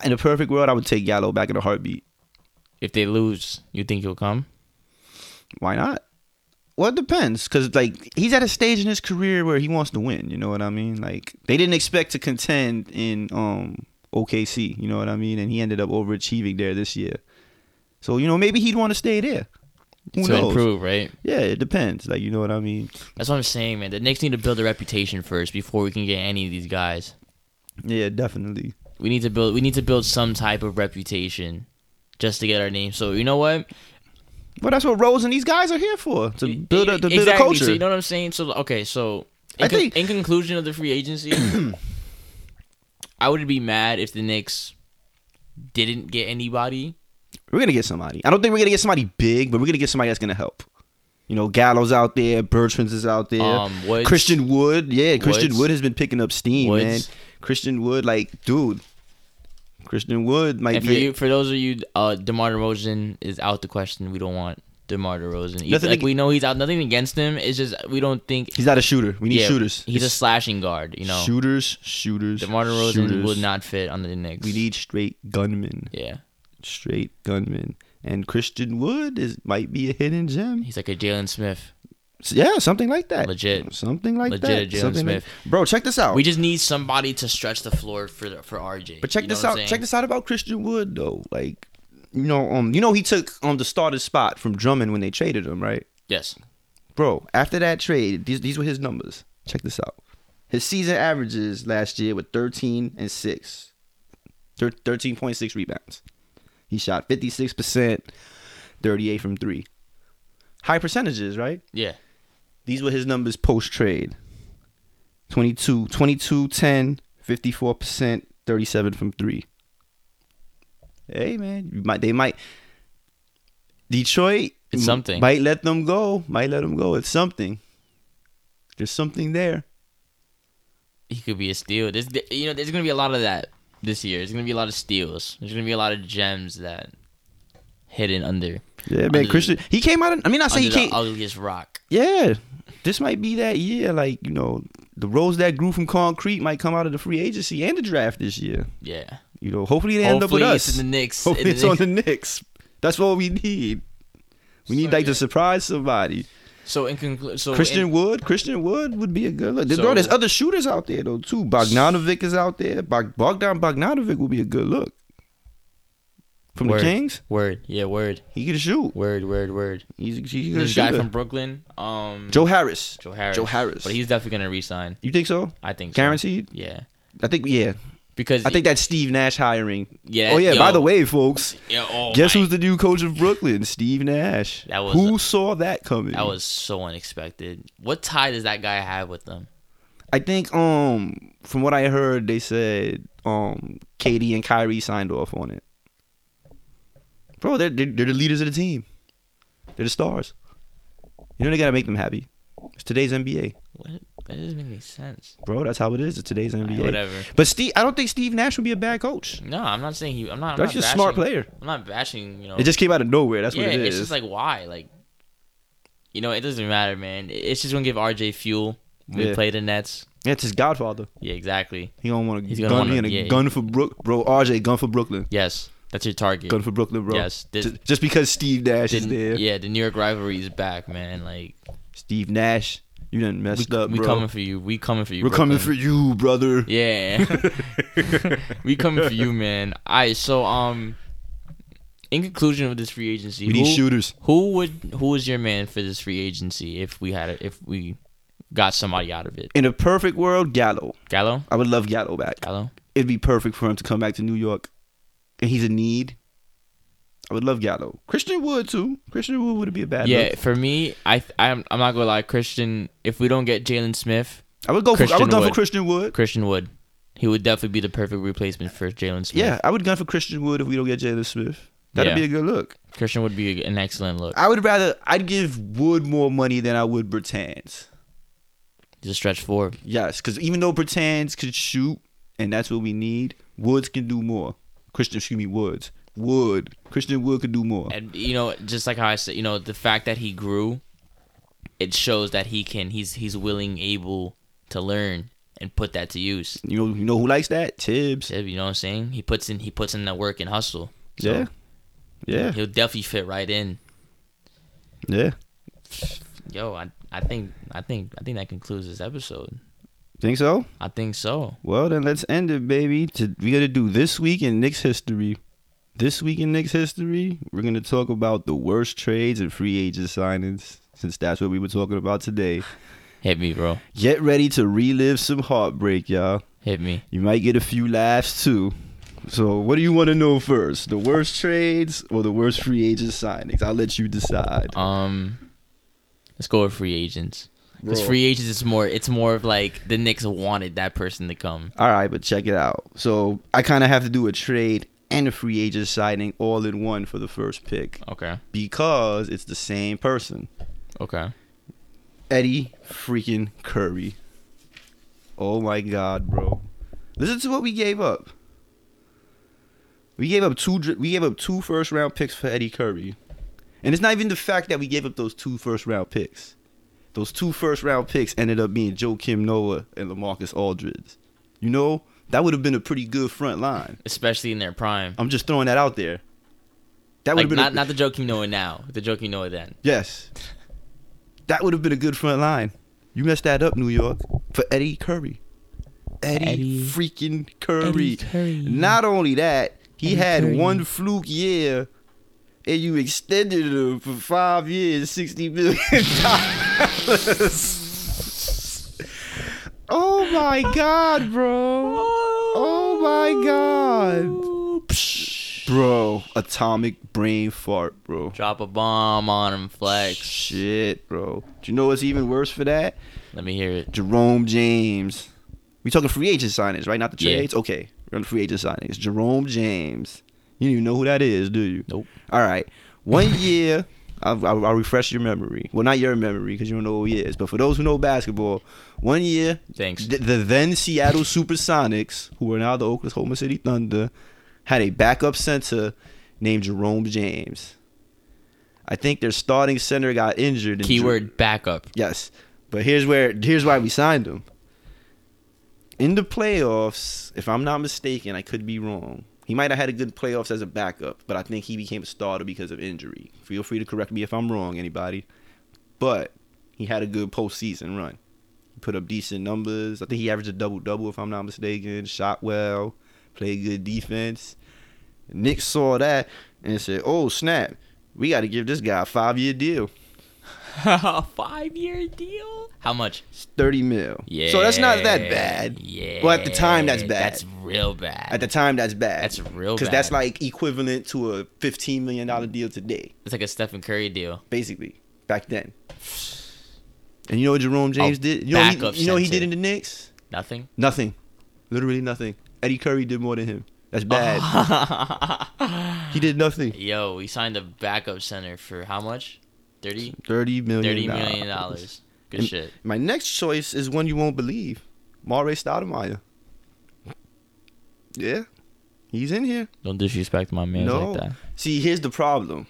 In a perfect world, I would take Gallo back in a heartbeat. If they lose, you think he'll come? Why not? Well, it depends, cause like he's at a stage in his career where he wants to win. You know what I mean? Like they didn't expect to contend in um OKC. You know what I mean? And he ended up overachieving there this year. So you know maybe he'd want to stay there. Who to knows? improve, right? Yeah, it depends. Like you know what I mean? That's what I'm saying, man. The Knicks need to build a reputation first before we can get any of these guys. Yeah, definitely. We need to build. We need to build some type of reputation, just to get our name. So you know what? But that's what Rose and these guys are here for to build a, to build a E, Exactly. culture. So you know what I'm saying? So okay, so in, I con- think- in conclusion of the free agency, I would be mad if the Knicks didn't get anybody. We're gonna get somebody. I don't think we're gonna get somebody big, but we're gonna get somebody that's gonna help. You know, Gallows out there, Bertrands is out there. Um, Woods. Christian Wood, yeah, Christian Woods. Wood has been picking up steam, Woods. man. Christian Wood, like, dude, Christian Wood might And for be you, for those of you, uh, Demar Derozan is out the question. We don't want Demar Derozan. He's- Nothing like ag- we know he's out. Nothing against him. It's just we don't think he's not a shooter. We need yeah, shooters. He's a It's slashing guard. You know, shooters, shooters. DeMar DeRozan shooters. would not fit on the Knicks. We need straight gunmen, Yeah, straight gunmen, and Christian Wood is might be a hidden gem. he's like a Jalen Smith. Yeah, something like that. Legit. something like Legit that. Jalen Something like- Smith. Bro, check this out. We just need somebody to stretch the floor for the, for RJ. Oh. But check You know this what I'm out. saying? Check this out about Christian Wood though. Like, you know, um, you know he took um the starter spot from Drummond when they traded him, right? Yes. Bro, after that trade, these these were his numbers. Check this out. His season averages last year were 13 and 6. Thir- 13.6 rebounds. He shot 56%, 38 from 3. High percentages, right? Yeah. These were his numbers post trade 22, 22, 10, 54%, 37 from three. Hey, man. You might, they might. Detroit It's m- something. might let them go. Might let them go. It's something. There's something there. He could be a steal. There's th- you know there's gonna be a lot of that this year. There's gonna be a lot of steals. There's gonna be a lot of gems that hidden under. Yeah, Under man. the- Christian, he came out. Of, I mean, I say under he the came. ugliest rock. Yeah, this might be that year. Like you know, the rose that grew from concrete might come out of the free agency and the draft this year. Yeah. You know, hopefully they end up with Hopefully us. it's in the Knicks. Hopefully In it's the on the Knicks. That's what we need. We need So, like yeah. to surprise somebody. So in conclusion, so Christian in- Wood, Christian Wood would be a good look. So- Bro, there's other shooters out there though too. Bogdanovic is out there. Bog- Bogdan Bogdanovic would be a good look. From Word. the Kings, Word. Yeah. Word. he can shoot. Word. Word. Word. He's, he's a This shooter. guy from Brooklyn. Um. Joe Harris. Joe Harris. Joe Harris. But he's definitely gonna resign. you think so? I think. so. Guaranteed. Yeah. I think yeah. Because I think that's Steve Nash hiring. Yeah, Oh yeah. By yo. the way, folks, Yeah, oh guess my- who's the new coach of Brooklyn? Steve Nash. That was- who saw that coming. That was so unexpected. What tie does that guy have with them? I think um from what I heard they said um Katie and Kyrie signed off on it. Bro, they're they're, they're the leaders of the team. They're the stars. You know they gotta make them happy. It's today's NBA, What? That doesn't make any sense. bro. That's how it is. It's today's NBA. whatever. But Steve, I don't think Steve Nash would be a bad coach. No, I'm not saying he. I'm not. I'm That's not just a smart bashing- player. I'm not bashing. You know. It just came out of nowhere. That's yeah. what it is. It's just like why, like. You know, it doesn't matter, man. It- It's just gonna give RJ fuel when we Yeah. play the Nets. Yeah, it's his godfather. Yeah, exactly. He gonna want to He's gonna gun. wanna- He gonna yeah, yeah. gun for Brook, bro. RJ, gun for Brooklyn. Yes, that's your target. Gun for Brooklyn, bro. Yes, did- just, just because Steve Nash is Didn't- there. Yeah, the New York rivalry is back, man. Like Steve Nash, you done we, messed up, we bro. coming for you. We coming for you. We're coming for Brooklyn. you, brother. Yeah, we coming for you, man. All right, so um, in conclusion of this free agency, We need who- shooters. Who would who was your man for this free agency if we had it if we got somebody out of it? In a perfect world, Gallo. Gallo, I would love Gallo back. Gallo. It'd be perfect for him to come back to New York, and he's in need. I would love Gallo. Christian Wood too. Christian Wood would be a bad. Yeah, look. for me, I th- I'm I'm not gonna lie, Christian. If we don't get Jalen Smith, I would go. For, I Christian would go for Wood. Christian Wood. Christian Wood, he would definitely be the perfect replacement for Jalen Smith. Yeah, I would gun for Christian Wood if we don't get Jalen Smith. That'd Yeah. be a good look. Christian would be an excellent look. I would rather I'd give Wood more money than I would Bertans. He's a stretch four. Yes, because even though Bertans could shoot, and that's what we need, Woods can do more. Christian, excuse me, Woods. Wood. Christian Wood could do more. and you know just like how i said you know the fact that he grew it shows that he can he's he's willing able to learn and put that to use You know, you know who likes that? Tibbs. Yeah, you know what i'm saying he puts in he puts in the work and hustle So Yeah. Yeah. he'll definitely fit right in Yeah. yo i i think i think i think that concludes this episode Think so? i think so Well, then let's end it, baby. To, we got to do this week in Knicks history. This week in Knicks history, we're going to talk about the worst trades and free agent signings, since that's what we were talking about today. hit me bro Get ready to relive some heartbreak, y'all. hit me You might get a few laughs too. So, what do you want to know first? The worst trades or the worst free agent signings? I'll let you decide. um let's go with free agents because Bro. free agents is more it's more of like the Knicks wanted that person to come All right, but check it out. So, I kind of have to do a trade and a free agent signing all in one for the first pick okay because it's the same person. okay Eddie freaking Curry. Oh my god, bro. Listen to what we gave up. We gave up two dr- we gave up two first round picks for Eddie Curry. And it's not even the fact that we gave up those two first round picks. Those two first round picks ended up being Joe Kim Noah and LaMarcus Aldridge. You know, that would have been a pretty good front line. especially in their prime I'm just throwing that out there. That would Like have been not a, not the joke you know it now, the joke you know it then. Yes. That would have been a good front line. You messed that up, New York, for Eddie Curry. Eddie, Eddie- freaking Curry. Eddie Curry. Not only that, he Eddie had Curry. one fluke year and you extended him for five years, sixty million dollars. oh my god, bro. Oh my god. Bro, atomic brain fart, bro. Drop a bomb on him, flex. Shit, bro. Do you know what's even worse for that? Let me hear it. Jerome James. We talking free agent signings, right? Not the Yeah. trades. Okay, we're on the free agent signings. Jerome James. You don't even know who that is, do you? Nope. All right. One year. I'll, I'll, I'll refresh your memory. Well, not your memory because you don't know who he is. But for those who know basketball, one year, Thanks. th- the then Seattle Supersonics, who are now the Oklahoma City Thunder, had a backup center named Jerome James. I think their starting center got injured. and Jer- Keyword backup. Yes. But here's where here's why we signed him. In the playoffs, if I'm not mistaken, I could be wrong. He might have had a good playoffs as a backup, but I think he became a starter because of injury. Feel free to correct me if I'm wrong, anybody. But he had a good postseason run. He put up decent numbers. I think he averaged a double double if I'm not mistaken. Shot well, played good defense. Nick saw that and said, "Oh snap, we got to give this guy a five year deal." Five year deal. How much? 30 mil. Yeah. So that's not that bad. Yeah. Well, at the time, that's bad. That's real bad. at the time, that's bad. That's real Because that's bad. like equivalent to a $15 million deal today, it's like a Stephen Curry deal. basically, back then. And you know what Jerome James did? You know, what backup he, you know what he center. did in the Knicks? Nothing. Nothing. Literally nothing. Eddie Curry did more than him. That's bad. he did nothing. Yo, we signed a backup center for how much? 30? $30 million. $30 million dollars. Good And shit. My next choice is one you won't believe. Mare Stoudemire. Yeah. He's in here. Don't disrespect my man See, here's the problem.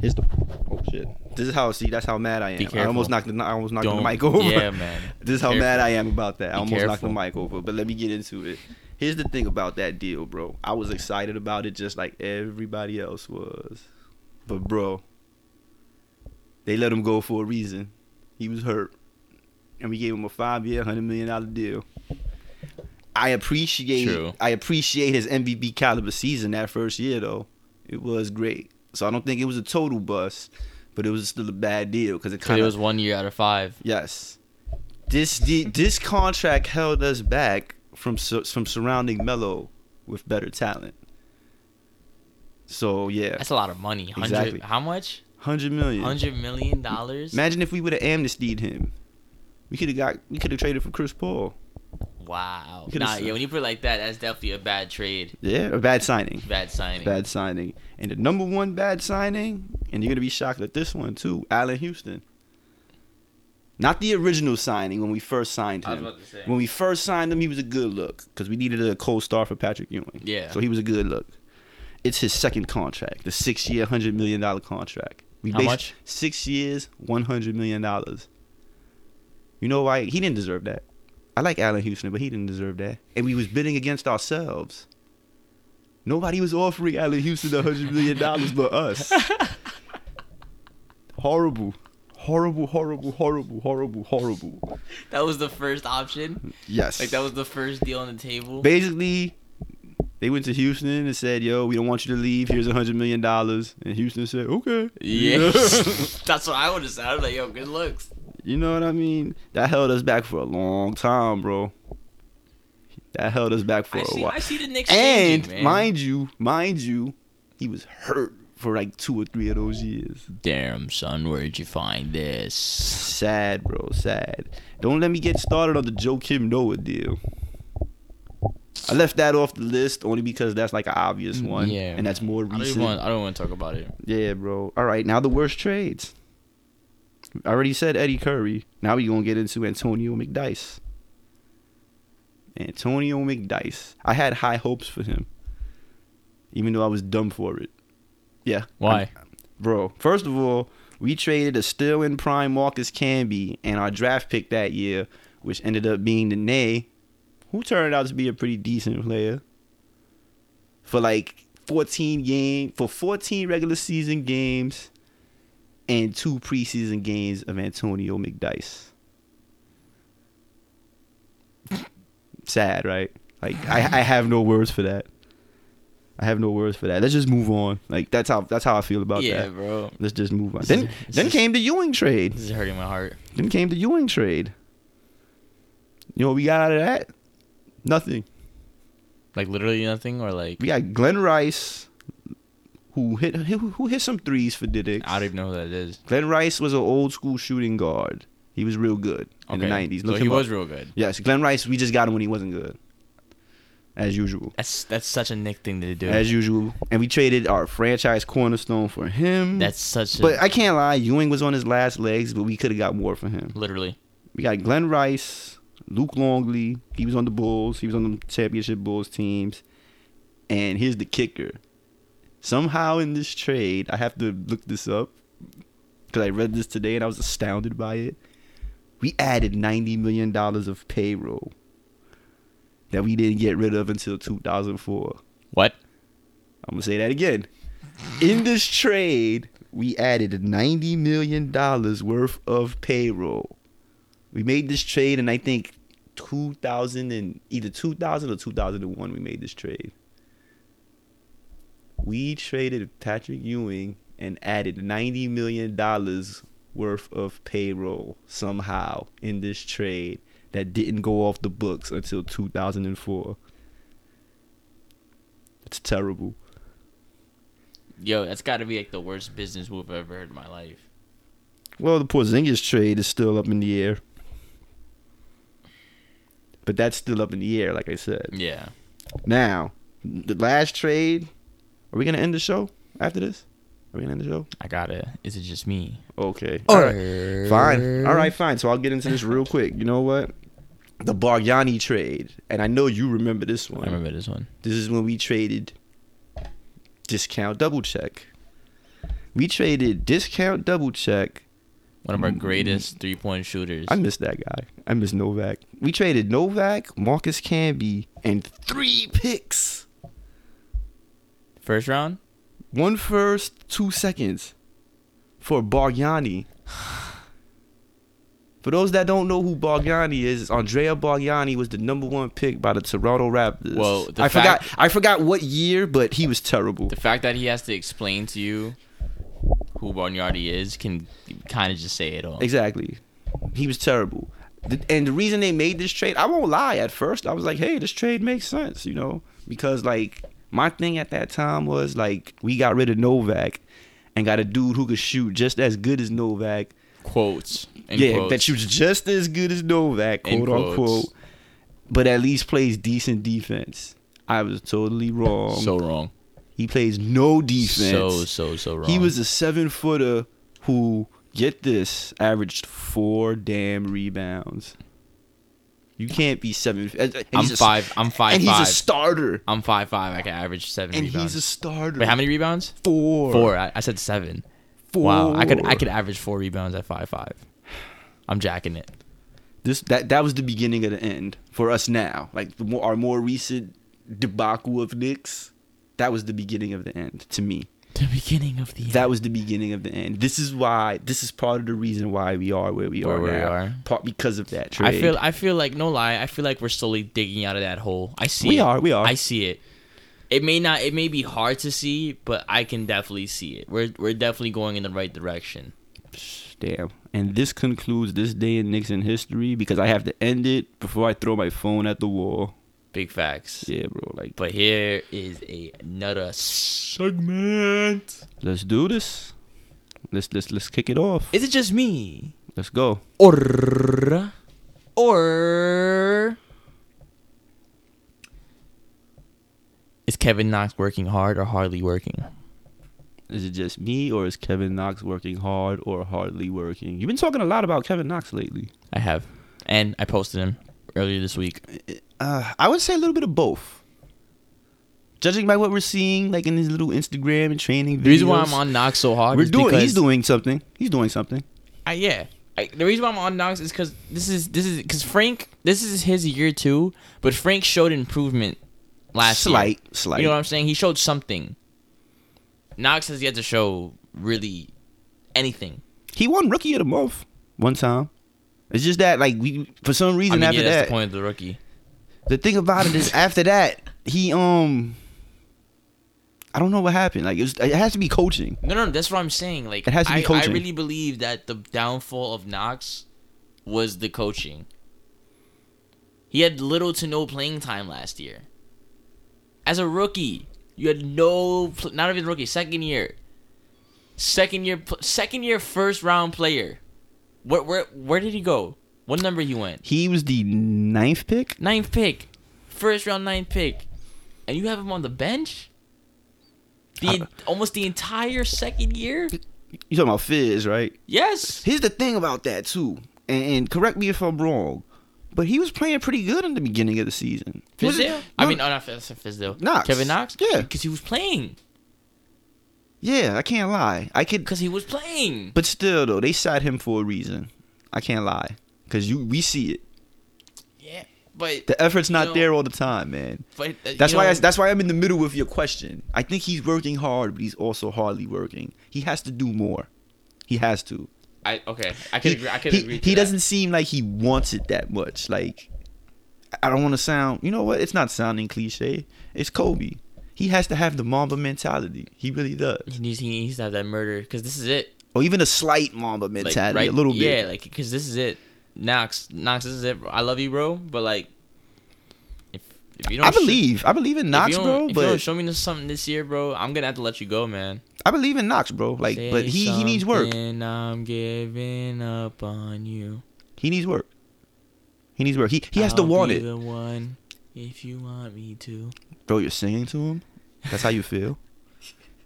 Here's the oh shit. This is how. See, that's how mad I am. Be I almost careful. knocked. The, I almost knocked Don't- the mic over. yeah, man. this is Be how mad careful. I am about that. I Be almost knocked the careful. mic over. But let me get into it. Here's the thing about that deal, bro. I was excited about it just like everybody else was. But bro, they let him go for a reason. He was hurt, and we gave him a five-year, hundred million dollar deal. I appreciate True. I appreciate his MVP caliber season that first year though. It was great. So I don't think it was a total bust, but it was still a bad deal because it So kind it of was one year out of five. yes. This the, this contract held us back from sur- from surrounding Melo with better talent. So yeah, That's a lot of money. 100, Exactly. How much? hundred million. Hundred million dollars. Imagine if we would have amnestied him. We could have got we could have traded for Chris Paul. Wow. You could've Nah, said- yeah. When you put it like that, that's definitely a bad trade, Yeah, a bad signing. bad signing. bad signing. And the number one bad signing, and you're gonna be shocked at this one too, Allen Houston. Not the original signing when we first signed him. I was about to say. When we first signed him, he was a good look because we needed a cold star for Patrick Ewing. Yeah. So he was a good look. It's his second contract, the six year, hundred million dollar contract. We How based- much? Six years, one hundred million dollars. You know why he didn't deserve that? I like Allen Houston, but he didn't deserve that. And we was bidding against ourselves. Nobody was offering Allen Houston a hundred million dollars but us. horrible, horrible, horrible, horrible, horrible, horrible. That was the first option. Yes. Like that was the first deal on the table. basically they went to Houston and said, "Yo, we don't want you to leave. Here's a hundred million dollars." And Houston said, "Okay." yeah. that's what I would have said. I was like, yo, good looks. you know what I mean? That held us back for a long time, bro. That held us back for I a see, while. I see the Knicks and changing, man. mind you, mind you, he was hurt for like two or three of those years. Damn, son, where'd you find this? Sad, bro. Sad. Don't let me get started on the Joe Kim Noah deal. I left that off the list only because that's like an obvious one, Mm, Yeah, and that's more I don't, recent. even want, I don't want to talk about it. Yeah, bro. All right, now the worst trades. I already said Eddie Curry. Now we gonna get into Antonio McDice. Antonio McDice. I had high hopes for him, even though I was dumb for it. Yeah. Why? bro? First of all, we traded a still in prime Marcus Camby and our draft pick that year, which ended up being Dene, who turned out to be a pretty decent player for like 14 game for 14 regular season games and two preseason games of Antonio McDice. Sad, right? Like I, I have no words for that. I have no words for that. Let's just move on. Like that's how that's how I feel about yeah, that. bro. Let's just move on. This Then is- this then is- came the Ewing trade. This is hurting my heart. Then came the Ewing trade. You know what we got out of that? Nothing. Like literally nothing, or like We got Glenn Rice, who hit who who hit some threes for Diddick. I don't even know who that is. Glenn Rice was an old school shooting guard. He was real good Okay. in the nineties. so he was real good. Yes, Glenn Rice. We just got him when he wasn't good, as usual. That's that's such a Nick thing to do. As usual, and we traded our franchise cornerstone for him. that's such. A, But I can't lie, Ewing was on his last legs, but we could have got more for him. literally. We got Glenn Rice, Luke Longley. He was on the Bulls. He was on the championship Bulls teams. And here's the kicker. Somehow in this trade, I have to look this up because I read this today and I was astounded by it. We added $90 million of payroll that we didn't get rid of until 2004. What? I'm gonna say that again. In this trade, we added ninety million dollars worth of payroll. We made this trade, and I think two thousand and either two thousand or two thousand and one, we made this trade. We traded Patrick Ewing and added ninety million dollars worth of payroll somehow in this trade that didn't go off the books until two thousand and four. It's terrible. Yo, that's got to be like the worst business move I've ever heard in my life. Well, the Porzingis trade is still up in the air, but that's still up in the air, like I said. Yeah. Now, the last trade. Are we gonna end the show after this? Are we gonna end the show? I gotta. Is it just me? Okay. All right. Fine. All right. Fine. So I'll get into this real quick. You know what? The Bargnani trade, and I know you remember this one. I remember this one. This is when we traded discount double check. We traded discount double check. One of our greatest three point shooters. mm-hmm. I miss that guy. I miss Novak. We traded Novak, Marcus Camby, and three picks. First round? One first, two seconds for Bargnani. For those that don't know who Bargnani is, Andrea Bargnani was the number one pick by the Toronto Raptors. Well, the I fact- forgot I forgot what year, but he was terrible. The fact that he has to explain to you who Barnyardi is can kind of just say it all. Exactly. He was terrible. The- And the reason they made this trade, I won't lie, at first I was like, hey, this trade makes sense, you know? Because, like, my thing at that time was, like, we got rid of Novak and got a dude who could shoot just as good as Novak. Quotes. In yeah, quotes. that shoots just as good as Novak, In quote unquote, quotes. but at least plays decent defense. I was totally wrong. so wrong. he plays no defense. So so so wrong. He was a seven footer who, get this, averaged four damn rebounds. You can't be seven. and- and I'm he's a- five- I'm five And he's five. a starter. I'm five five. I can average seven And rebounds. he's a starter. Wait, how many rebounds? Four. Four. I, I said seven. Wow. I could I Four. could average four rebounds at five five. I'm jacking it. This that that was the beginning of the end for us now. Like the more, our more recent debacle of Knicks, that was the beginning of the end to me. The beginning of the That was the beginning of the end. This is why. This is part of the reason why we are where we Where are we now. are. Part because of that trade. I feel I feel like no lie. I feel like we're slowly digging out of that hole. I see. We it. are, we are. I see it. It may not. It may be hard to see, but I can definitely see it. We're we're definitely going in the right direction. Damn. And this concludes this day in Nixon history because I have to end it before I throw my phone at the wall. Big facts. Yeah, bro. Like, But here is a another segment. let's do this. Let's let's let's kick it off. Is it just me Let's go. or or is Kevin Knox working hard or hardly working? Is it just me or is Kevin Knox working hard or hardly working? You've been talking a lot about Kevin Knox lately. I have, and I posted him earlier this week. Uh, I would say a little bit of both. Judging by what we're seeing, like in his little Instagram and training videos, The reason why I'm on Knox so hard we're is doing. because He's doing something. He's doing something. I, yeah. I, the reason why I'm on Knox is because this is this is because Frank this is his year too, but Frank showed improvement last year. slight, slight. You know what I'm saying? He showed something. Knox has yet to show really anything. He won rookie of the month one time. It's just that like we for some I reason mean, after yeah, that's that the point of the rookie. the thing about it is after that he um I don't know what happened. Like it, was, it has to be coaching. No, no, that's what I'm saying. Like, It has to be I, coaching. I really believe that the downfall of Knox was the coaching. He had little to no playing time last year. As a rookie, you had no, pl- not even rookie, second year, second year, pl- second year, first round player. Where, where, where did he go? What number he went? He was the ninth pick. Ninth pick, first round ninth pick, and you have him on the bench. Uh, The almost the entire second year. You talking about Fizz, right? Yes. Here's the thing about that too, and, and correct me if I'm wrong, but he was playing pretty good in the beginning of the season. He was- Fizdale? I no, mean, oh, not Fizz- Fizdale. Knox. Kevin Knox? Yeah. Because he was playing. yeah, I can't lie. I could Because he was playing. But still, though, they sat him for a reason. I can't lie, because you we see it. Yeah. But, The effort's not know- there all the time, man. but uh, That's you why know, I, that's why I'm in the middle with your question. I think he's working hard, but he's also hardly working. He has to do more. He has to. I, okay. I He, can agree. I can he, agree. to he that. doesn't seem like he wants it that much. Like I don't want to sound. You know what? It's not sounding cliche. It's Kobe. He has to have the Mamba mentality. He really does, He needs, he needs to have that murder. Because this is it. or even a slight Mamba Like, mentality, right? a little bit. Yeah, like, because this is it. Knox, Knox, this is it. bro. I love you, bro. But, like, if, if you don't. I sho- believe. I believe if in you Knox, don't- bro. if But you don't show me this- something this year, bro, I'm going to have to let you go, man. I believe in Knox, bro. Like, but Say he he needs work. something, I'm giving up on you. He needs work. He needs work. He he has to I'll want be it, The one, if you want me to. bro. You're singing to him. That's how you feel.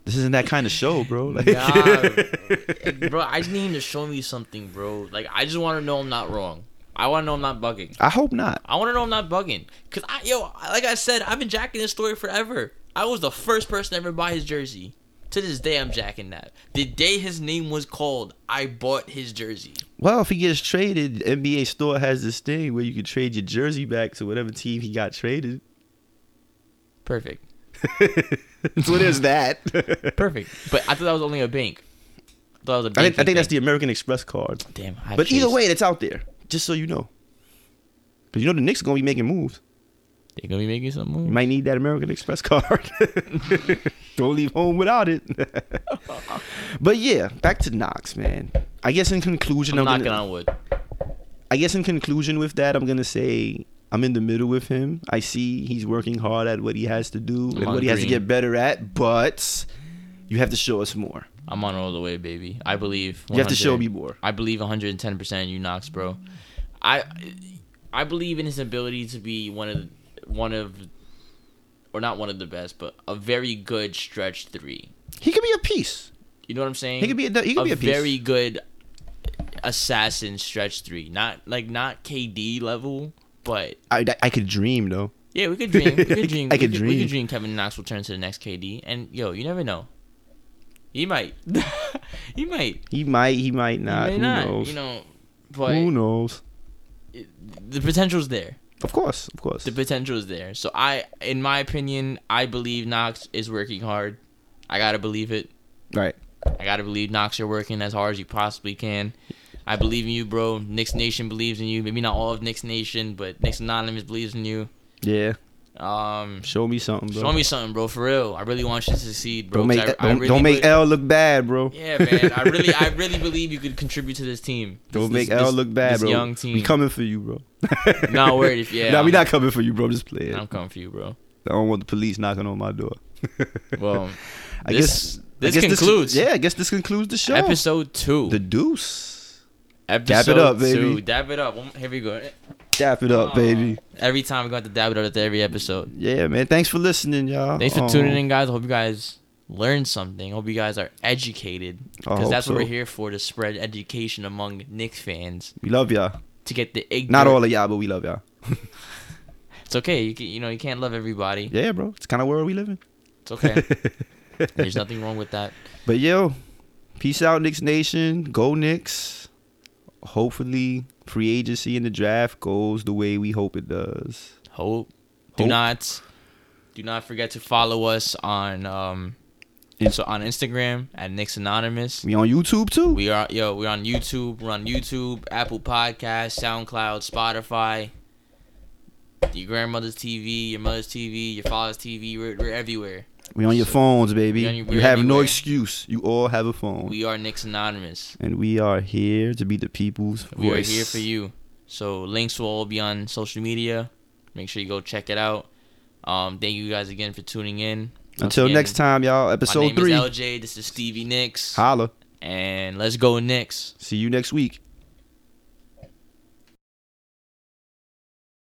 This isn't that kind of show, bro. Like, Nah, bro, I just need him to show me something, bro. Like, I just want to know I'm not wrong. I want to know I'm not bugging. I hope not. I want to know I'm not bugging. Cause I, yo, like I said, I've been jacking this story forever. I was the first person to ever buy his jersey. To this day, I'm jacking that. The day his name was called, I bought his jersey. Well, if he gets traded, NBA store has this thing where you can trade your jersey back to whatever team he got traded. Perfect. so there's that. Perfect. But I thought that was only a bank. I thought that was a I, bank. think, I think that's the American Express card. Damn. I But either chased- way, it's out there. Just so you know. Because you know the Knicks going to be making moves. they going to be making some move. You might need that American Express card. Don't leave home without it. but yeah, back to Knox, man. I guess in conclusion, I'm I'm, knocking gonna, on wood. I guess in conclusion with that, I'm gonna say I'm in the middle with him. I see he's working hard at what he has to do and what he has to agreeing. get better at, but you have to show us more. I'm on all the way, baby. I believe. You have to show 100 me more. I believe 110 percent in you, Knox, bro. I I believe in his ability to be one of one of, or not one of the best, but a very good stretch three. He could be a piece. You know what I'm saying? He could be a- he could be a piece. very good assassin stretch three. Not like not KD level, but I, I could dream though. yeah, we could dream. We could dream. I we could We dream. could dream Kevin Knox will turn to the next KD, and yo, you never know. He might. he might. He might. He might He not. may Uh, Who not. knows? You know, but Who knows? the potential's there. Of course. Of course. The potential is there. So I, in my opinion, I believe Knox is working hard. I gotta believe it. right. I gotta believe Knox, you're working as hard as you possibly can. I believe in you, bro. Knicks Nation believes in you. Maybe not all of Knicks Nation, but Knicks Anonymous believes in you. Yeah. Um, Show me something, bro. show me something, bro. For real, I really want you to succeed, bro. Don't make 'cause don't, I- I really don't make would- L look bad, bro. Yeah, man. I really, I really believe you could contribute to this team. Don't This- make this- L this- look bad, this bro. Young team. We coming for you, bro. Not worried if yeah. nah, we I'm- not coming for you, bro. Just play it. I'm coming for you, bro. I don't want the police knocking on my door. Well, I this, guess I this guess concludes yeah, I guess this concludes the show. episode two. The Deuce. episode up, baby. two. Dab it up. One- Here we go. Dap it up, baby. Every time we got to dab it up at every episode. Yeah, man. Thanks for listening, y'all. Thanks for Um, tuning in, guys. I hope you guys learned something. hope you guys are educated I hope because that's so. what we're here for to spread education among Knicks fans We love y'all. to get the ignorant. Not all of y'all, but we love y'all. It's okay. You can, you know you can't love everybody. Yeah, bro. It's kind of world we live in. It's okay. There's nothing wrong with that. But yo, peace out, Knicks Nation. Go Knicks. Hopefully, free agency and the draft goes the way we hope it does. Hope. Do Hope. not do not forget to follow us on um In- so on Instagram at Knicks Anonymous. We on YouTube too. We are yo, we're on YouTube, we're on YouTube, Apple Podcast, SoundCloud, Spotify, your grandmother's TV, your mother's TV, your father's TV, we're, we're everywhere. We on your phones, baby. We on your- you we're have no everywhere. excuse. You all have a phone. We are Knicks Anonymous. and we are here to be the people's We voice. are here for you. So links will all be on social media. Make sure you go check it out. Um, thank you guys again for tuning in. Once Until again, next time, y'all. My Episode name three. is LJ. This is Stevie Nicks. Holla. And let's go Nicks. See you next week.